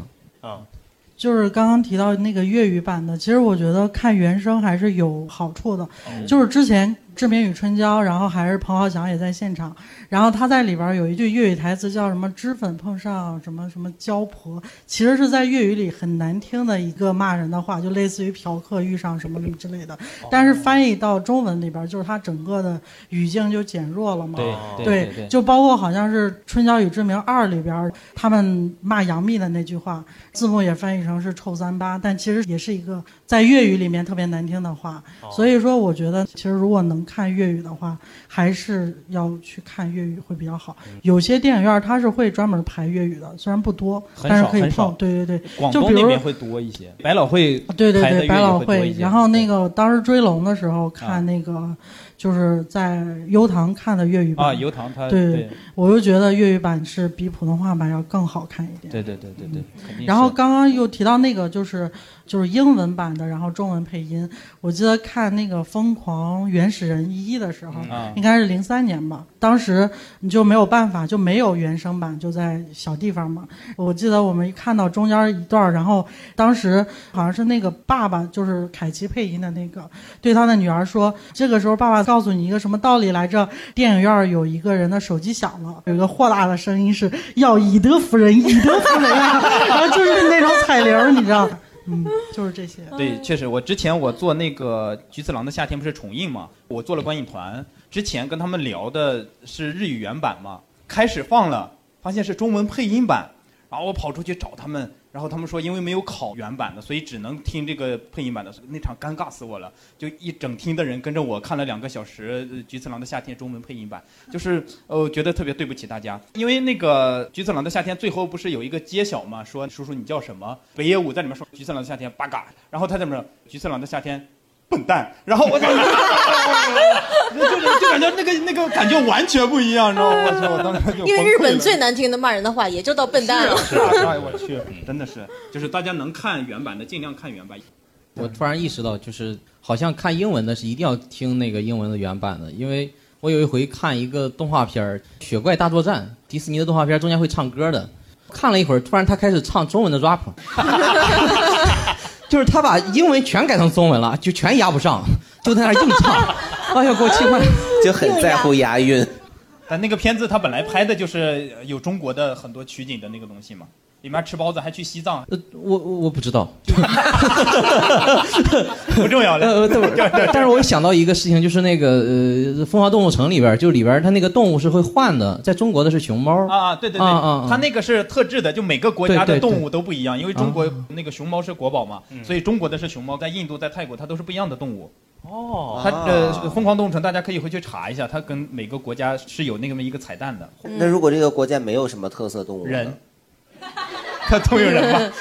就是刚刚提到那个粤语版的，其实我觉得看原声还是有好处的。嗯就是之前《志明与春娇》，然后还是彭浩翔也在现场，然后他在里边有一句粤语台词叫什么“脂粉碰上什么什么娇婆”，其实是在粤语里很难听的一个骂人的话，就类似于嫖客遇上什么什么之类的。哦但是翻译到中文里边，就是它整个的语境就减弱了嘛。对对对对就包括好像是《春娇与志明二》里边儿，他们骂杨幂的那句话，字幕也翻译成是“臭三八”，但其实也是一个在粤语里面特别难听的话。哦所以说，我觉得其实如果能看粤语的话，还是要去看粤语会比较好。有些电影院它是会专门排粤语的，虽然不多，很但是少可以很少碰。对对对，广就东比那如啊边会多一些，百老汇对对排的粤对，语百老会多一汇些。。啊然后那个当时追龙的时候看那个，就是在优唐看的粤语版啊优唐它对对我就觉得粤语版是比普通话版要更好看一点。对对对对对，肯定是嗯然后刚刚又提到那个就是就是英文版的，然后中文配音。我记得看那个《疯狂原始人一》的时候，嗯哦啊应该是零三年吧。当时你就没有办法，就没有原声版，就在小地方嘛。我记得我们一看到中间一段儿，然后当时好像是那个爸爸，就是凯奇配音的那个，对他的女儿说：“这个时候爸爸告诉你一个什么道理来着？电影院儿有一个人的手机响了，有一个豁达的声音是要以德服人，以德服人啊！”然后就是那种彩铃儿，你知道。嗯，就是这些。对，确实，我之前我做那个《菊次郎的夏天》不是重映嘛，我做了观影团，之前跟他们聊的是日语原版嘛，开始放了，发现是中文配音版，然后我跑出去找他们，然后他们说因为没有考原版的，所以只能听这个配音版的，那场尴尬死我了，就一整厅的人跟着我看了两个小时呃《菊次郎的夏天》中文配音版，就是呃，我觉得特别对不起大家，因为那个《菊次郎的夏天》最后不是有一个揭晓嘛，说叔叔你叫什么？北野武在里面说《菊次郎的夏天》八嘎，然后他在里面说《菊次郎的夏天》笨蛋，然后我就 [LAUGHS] 就就感觉那个那个感觉完全不一样，你知道吗？我操，我当时就因为崩溃日本了最难听的骂人的话，也 [LAUGHS] 啊就到笨蛋了。是啊，是啊我去，真的是，就是大家能看原版的尽量看原版。我突然意识到，就是好像看英文的是一定要听那个英文的原版的，因为我有一回看一个动画片儿《雪怪大作战》，迪士尼的动画片儿中间会唱歌的，看了一会儿，突然他开始唱中文的 rap，就是他把英文全改成中文了，就全押不上，就在那儿硬 [LAUGHS] 唱，哎呀，给我气坏了。就很在乎押韵。但那个片子它本来拍的就是呃有中国的很多取景的那个东西嘛，里面吃包子还去西藏，呃我我我不知道，不重要了。呃，对但是我想到一个事情，就是那个呃《疯狂动物城》里边儿，就里边儿它那个动物是会换的，在中国的是熊猫啊啊，对对对，啊啊啊它那个是特制的，就每个国家对对的对啊动物都不一样，因为中国那个熊猫是国宝嘛，所以中国的是熊猫，在印度、在泰国它都是不一样的动物。哦它呃，《疯狂动物城》大家可以回去查一下，它跟每个国家是有那么一个彩蛋的。嗯那如果这个国家没有什么特色动物呢，人它 [LAUGHS] [LAUGHS] 都有 [LAUGHS] 人吗？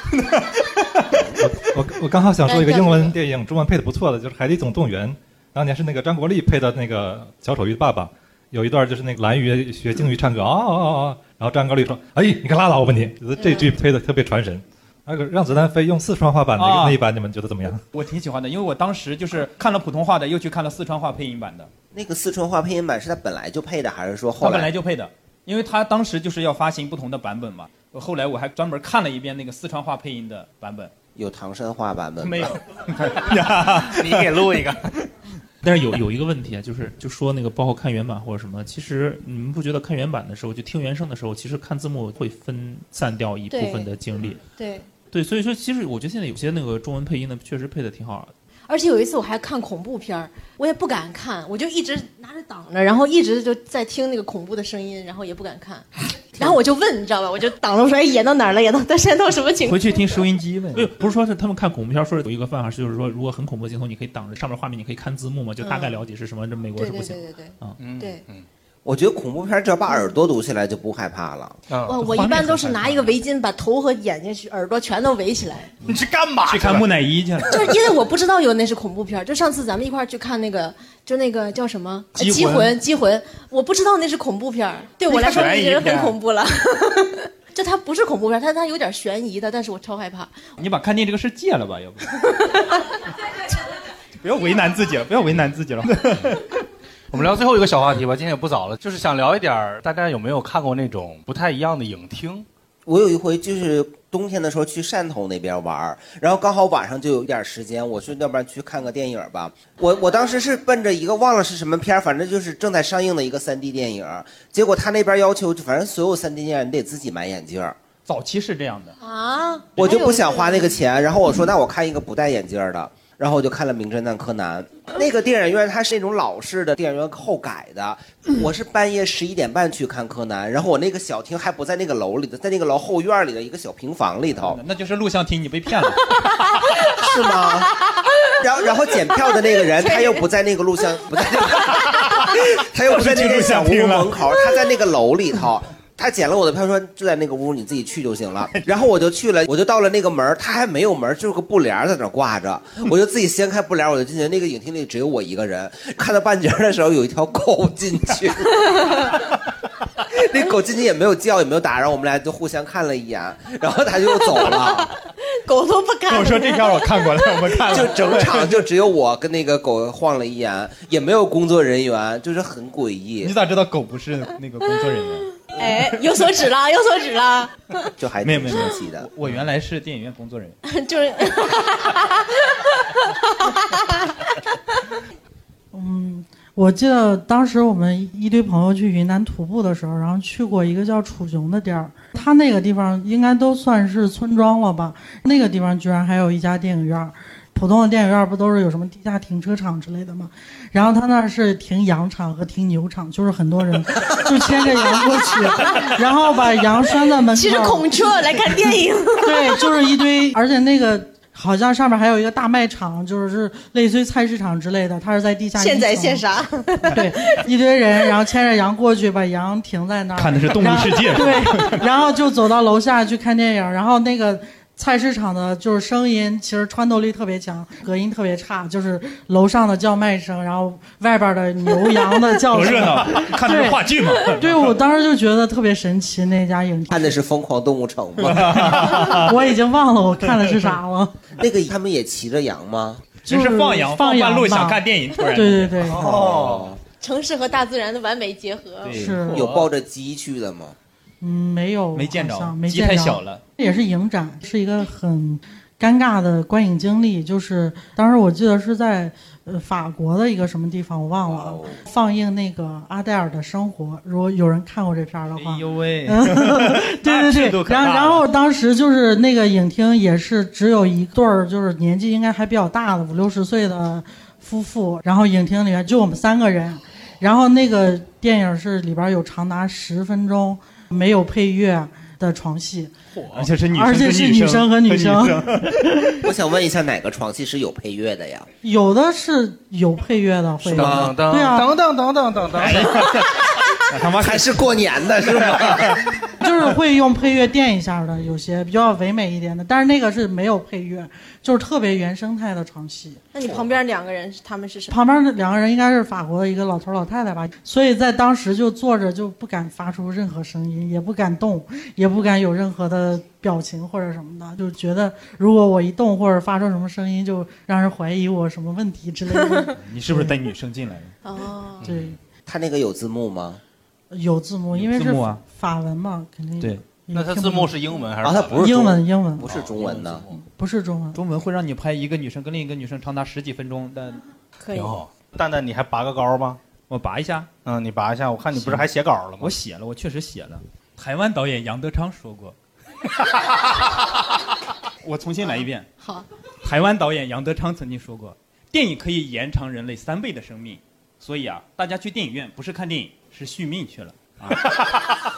我我刚好想说一个英文电影，中文配的不错的，就是《海底总动员》，当年是那个张国立配的那个小丑鱼的爸爸，有一段就是那个蓝鱼学鲸鱼唱歌啊啊啊啊，然后张国立说：“哎，你可拉倒吧你！”这句配的特别传神。那个《让子弹飞》用四川话版那个啊那一版，你们觉得怎么样？我挺喜欢的，因为我当时就是看了普通话的，又去看了四川话配音版的。那个四川话配音版是他本来就配的，还是说后他来？本来就配的，因为他当时就是要发行不同的版本嘛。我后来我还专门看了一遍那个四川话配音的版 [LAUGHS] 本，有唐山话版本吗 [LAUGHS] 没有你给录一个。但是有有一个问题啊，就是就说那个包括看原版或者什么，其实你们不觉得看原版的时候，就听原声的时候，其实看字幕会分散掉一部分的精力。嗯对，对，所以说其实我觉得现在有些那个中文配音的确实配的挺好的。而且有一次我还看恐怖片儿，我也不敢看，我就一直拿着挡着，然后一直就在听那个恐怖的声音，然后也不敢 [LAUGHS] 看。然后我就问，你知道吧？我就挡着我说：“哎，演到哪儿了？演到但现在到什么情况？”回去听收音机呗。对，不是说是他们看恐怖片儿，说是有一个办法是，就是说如果很恐怖的镜头，你可以挡着上面画面，你可以看字幕嘛，就大概了解是什么。这美国对是对不对行对对，啊。对，嗯嗯我觉得恐怖片只要把耳朵堵起来就不害怕了。我我一般都是啊拿一个围巾把头和眼睛、耳朵全都围起 [LAUGHS] 来，你去干 [LAUGHS] 嘛？去看木乃伊去了。 [LAUGHS] [LAUGHS] 就是因为我不知道有那是恐怖片儿。就上次咱们一块儿去看那个，就那个叫什么呃机机魂魂，机魂，我不知道那是恐怖片儿，对我来说悬疑已经很片儿恐怖了。 [LAUGHS] 就它不是恐怖片儿，它它有点悬疑的，但是我超害怕。你把看见这个事戒了吧，要不？不要为难自己了，不要为难自己了。 [LAUGHS] 我们聊最后一个小话题吧，今天也不早了，就是想聊一点儿，大家有没有看过那种不太一样的影厅？我有一回就是冬天的时候去汕头那边玩儿，然后刚好晚上就有一点时间，我说要不然去看个电影吧。我我当时是奔着一个忘了是什么片儿，反正就是正在上映的一个 3D 电影，结果他那边要求，反正所有 3D 电影你得自己买眼镜儿。早期是这样的，啊！我就不想花那个钱。然后我说，那我看一个不戴眼镜儿的。然后我就看了《名侦探柯南》，那个电影院它是那种老式的电影院后改的。我是半夜十一点半去看柯南，然后我那个小厅还不在那个楼里的，在那个楼后院里的一个小平房里头，那就是录像厅，你被骗了。是吗？ [LAUGHS] [LAUGHS] 然后然后检票的那个人他又不在那个录像，不在那哎个， [LAUGHS] 他又不在那个小屋门口，他在那个楼里头。他捡了我的票，说就在那个屋，你自己去就行了。然后我就去了，我就到了那个门儿，他还没有门儿，就是个布帘儿在那儿挂着。我就自己掀开布帘儿，我就进去。那个影厅里只有我一个人，看到半截儿的时候，有一条狗进去， [LAUGHS] 那狗进去也没有叫，也没有打扰，我们俩就互相看了一眼， [LAUGHS] 然后他就又走了。 [LAUGHS] [LAUGHS] 狗都不敢。我说这片我看过了，我看了。就整场就只有我跟那个狗晃了一眼，也没有工作人员，就是很诡异。你咋知道狗不是那个工作人员？哎，有所指了，有所指了， [LAUGHS] 就还没有没有神奇的。我原来是电影院工作人 [LAUGHS] 员。就是嗯，我记得当时我们一堆朋友去云南徒步的时候，然后去过一个叫楚雄的地儿，它那个地方应该都算是村庄了吧？那个地方居然还有一家电影院儿，普通的电影院儿不都是有什么地下停车场之类的吗？然后他那儿是停羊场和停牛场，就是很多人就牵着羊过去，然后把羊拴在门口。 [LAUGHS] 骑着孔雀来看电影 [LAUGHS] 对，就是一堆， [LAUGHS] 而且那个。好像上面还有一个大卖场，就是类似于菜市场之类的，它是在地下一现宰层现杀。对，一堆人，然后牵着羊过去，把羊停在那儿，看的是动物世界然后对，然后就走到楼下去看电影，然后那个。菜市场的就是声音，其实穿透力特别强，隔音特别差，就是楼上的叫卖声，然后外边的牛羊的叫多声，热 [LAUGHS] 闹看的是话剧嘛对对，我当时就觉得特别神奇那家影看的是《疯狂动物城》[LAUGHS] 吗？吗我已经忘了我看的是啥了。那个他们也骑着羊吗？就是就是放羊放羊放半路吧想看电影，突然对对对哦，城市和大自然的完美结合。是有抱着鸡去的吗？嗯，没有，没见着好像没鸡见太着小了这也是影展，是一个很尴尬的观影经历。就是当时我记得是在呃法国的一个什么地方，我忘了、放映那个阿黛尔的生活。如果有人看过这片儿的话，哎 [LAUGHS] 呦喂对对那尺对，度可然大后然后当时就是那个影厅也是只有一对儿，就是年纪应该还比较大的五六十岁的夫妇，然后影厅里面就我们三个人，然后那个电影是里边有长达十分钟没有配乐的床戏，而且是女生而且是女生和女生和女 [LAUGHS] 我想问一下，哪个床戏是有配乐的呀？有的是有配乐的，会是吗对啊，等等等等等等，他妈还是过年的是吗？就是会用配乐垫一下的，有些比较唯美一点的，但是那个是没有配乐，就是特别原生态的床戏。那你旁边两个人他们是什么？旁边那两个人应该是法国的一个老头儿老太太吧，所以在当时就坐着就不敢发出任何声音，也不敢动，也不敢有任何的表情或者什么的，就觉得如果我一动或者发出什么声音，就让人怀疑我什么问题之类的。 [LAUGHS] 你是不是带女生进来的？哦，对，他那个有字幕吗？有字幕，因为字是幕啊法文嘛，肯定对也那它听不字幕懂是英文还是啊法它文？不是英文，英文不是中文呢？不是中文，中文会让你拍一个女生跟另一个女生长达十几分钟，但可以挺好。蛋蛋，你还拔个高吗？我拔一下。嗯，你拔一下。我看你不是还写稿了吗？，我写了，我确实写了。台湾导演杨德昌说过，我重新来一遍。好，台湾导演杨德昌曾经说过，电影可以延长人类三倍的生命，所以啊，大家去电影院不是看电影，是续命去了。啊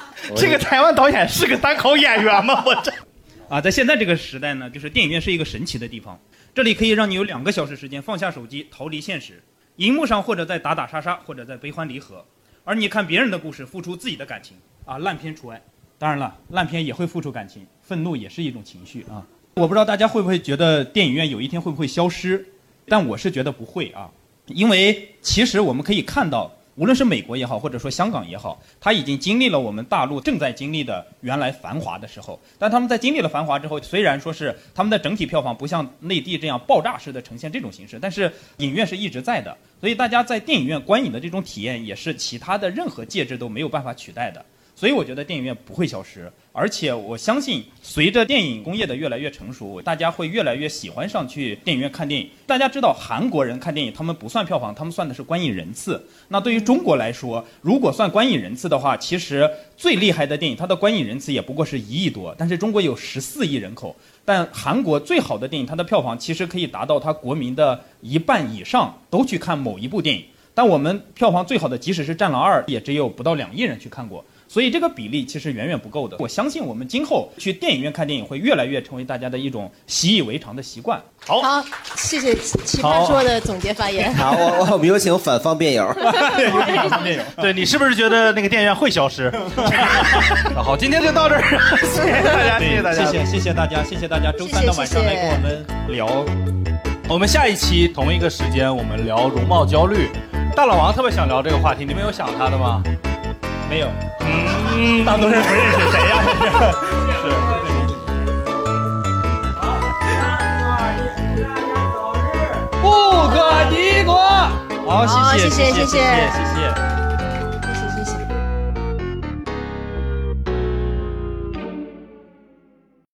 [LAUGHS] 这个台湾导演是个单口演员吗？我这 [LAUGHS] 啊，在现在这个时代呢，就是电影院是一个神奇的地方，这里可以让你有两个小时时间放下手机，逃离现实，荧幕上或者在打打杀杀，或者在悲欢离合，而你看别人的故事，付出自己的感情啊，烂片除外。当然了，烂片也会付出感情，愤怒也是一种情绪啊。我不知道大家会不会觉得电影院有一天会不会消失，但我是觉得不会啊，因为其实我们可以看到，无论是美国也好，或者说香港也好，它已经经历了我们大陆正在经历的原来繁华的时候，但他们在经历了繁华之后，虽然说是他们的整体票房不像内地这样爆炸式的呈现这种形式，但是影院是一直在的，所以大家在电影院观影的这种体验也是其他的任何介质都没有办法取代的。所以我觉得电影院不会消失，而且我相信，随着电影工业的越来越成熟，大家会越来越喜欢上去电影院看电影。大家知道，韩国人看电影他们不算票房，他们算的是观影人次。那对于中国来说，如果算观影人次的话，其实最厉害的电影，它的观影人次也不过是一亿多，但是中国有十四亿人口，但韩国最好的电影，它的票房其实可以达到它国民的一半以上都去看某一部电影。但我们票房最好的，即使是《战狼二》，也只有不到两亿人去看过，所以这个比例其实远远不够的。我相信我们今后去电影院看电影会越来越成为大家的一种习以为常的习惯。好，谢谢奇葩说的总结发言。 [LAUGHS] 好，我我我们有请反方辩友。对你是不是觉得那个电影院会消失？那好，今天 [LAUGHS] 就到这儿，谢谢大家，谢谢大谢家，谢谢谢大家，谢谢大家周三的晚上来跟我们聊。我们下一期同一个时间，我们聊容貌焦虑。大老王特别想聊这个话题，你们有想他的吗？没有。嗯，大多数人不认识谁呀、是。不可敌国。好，好谢谢谢谢谢谢谢谢谢谢。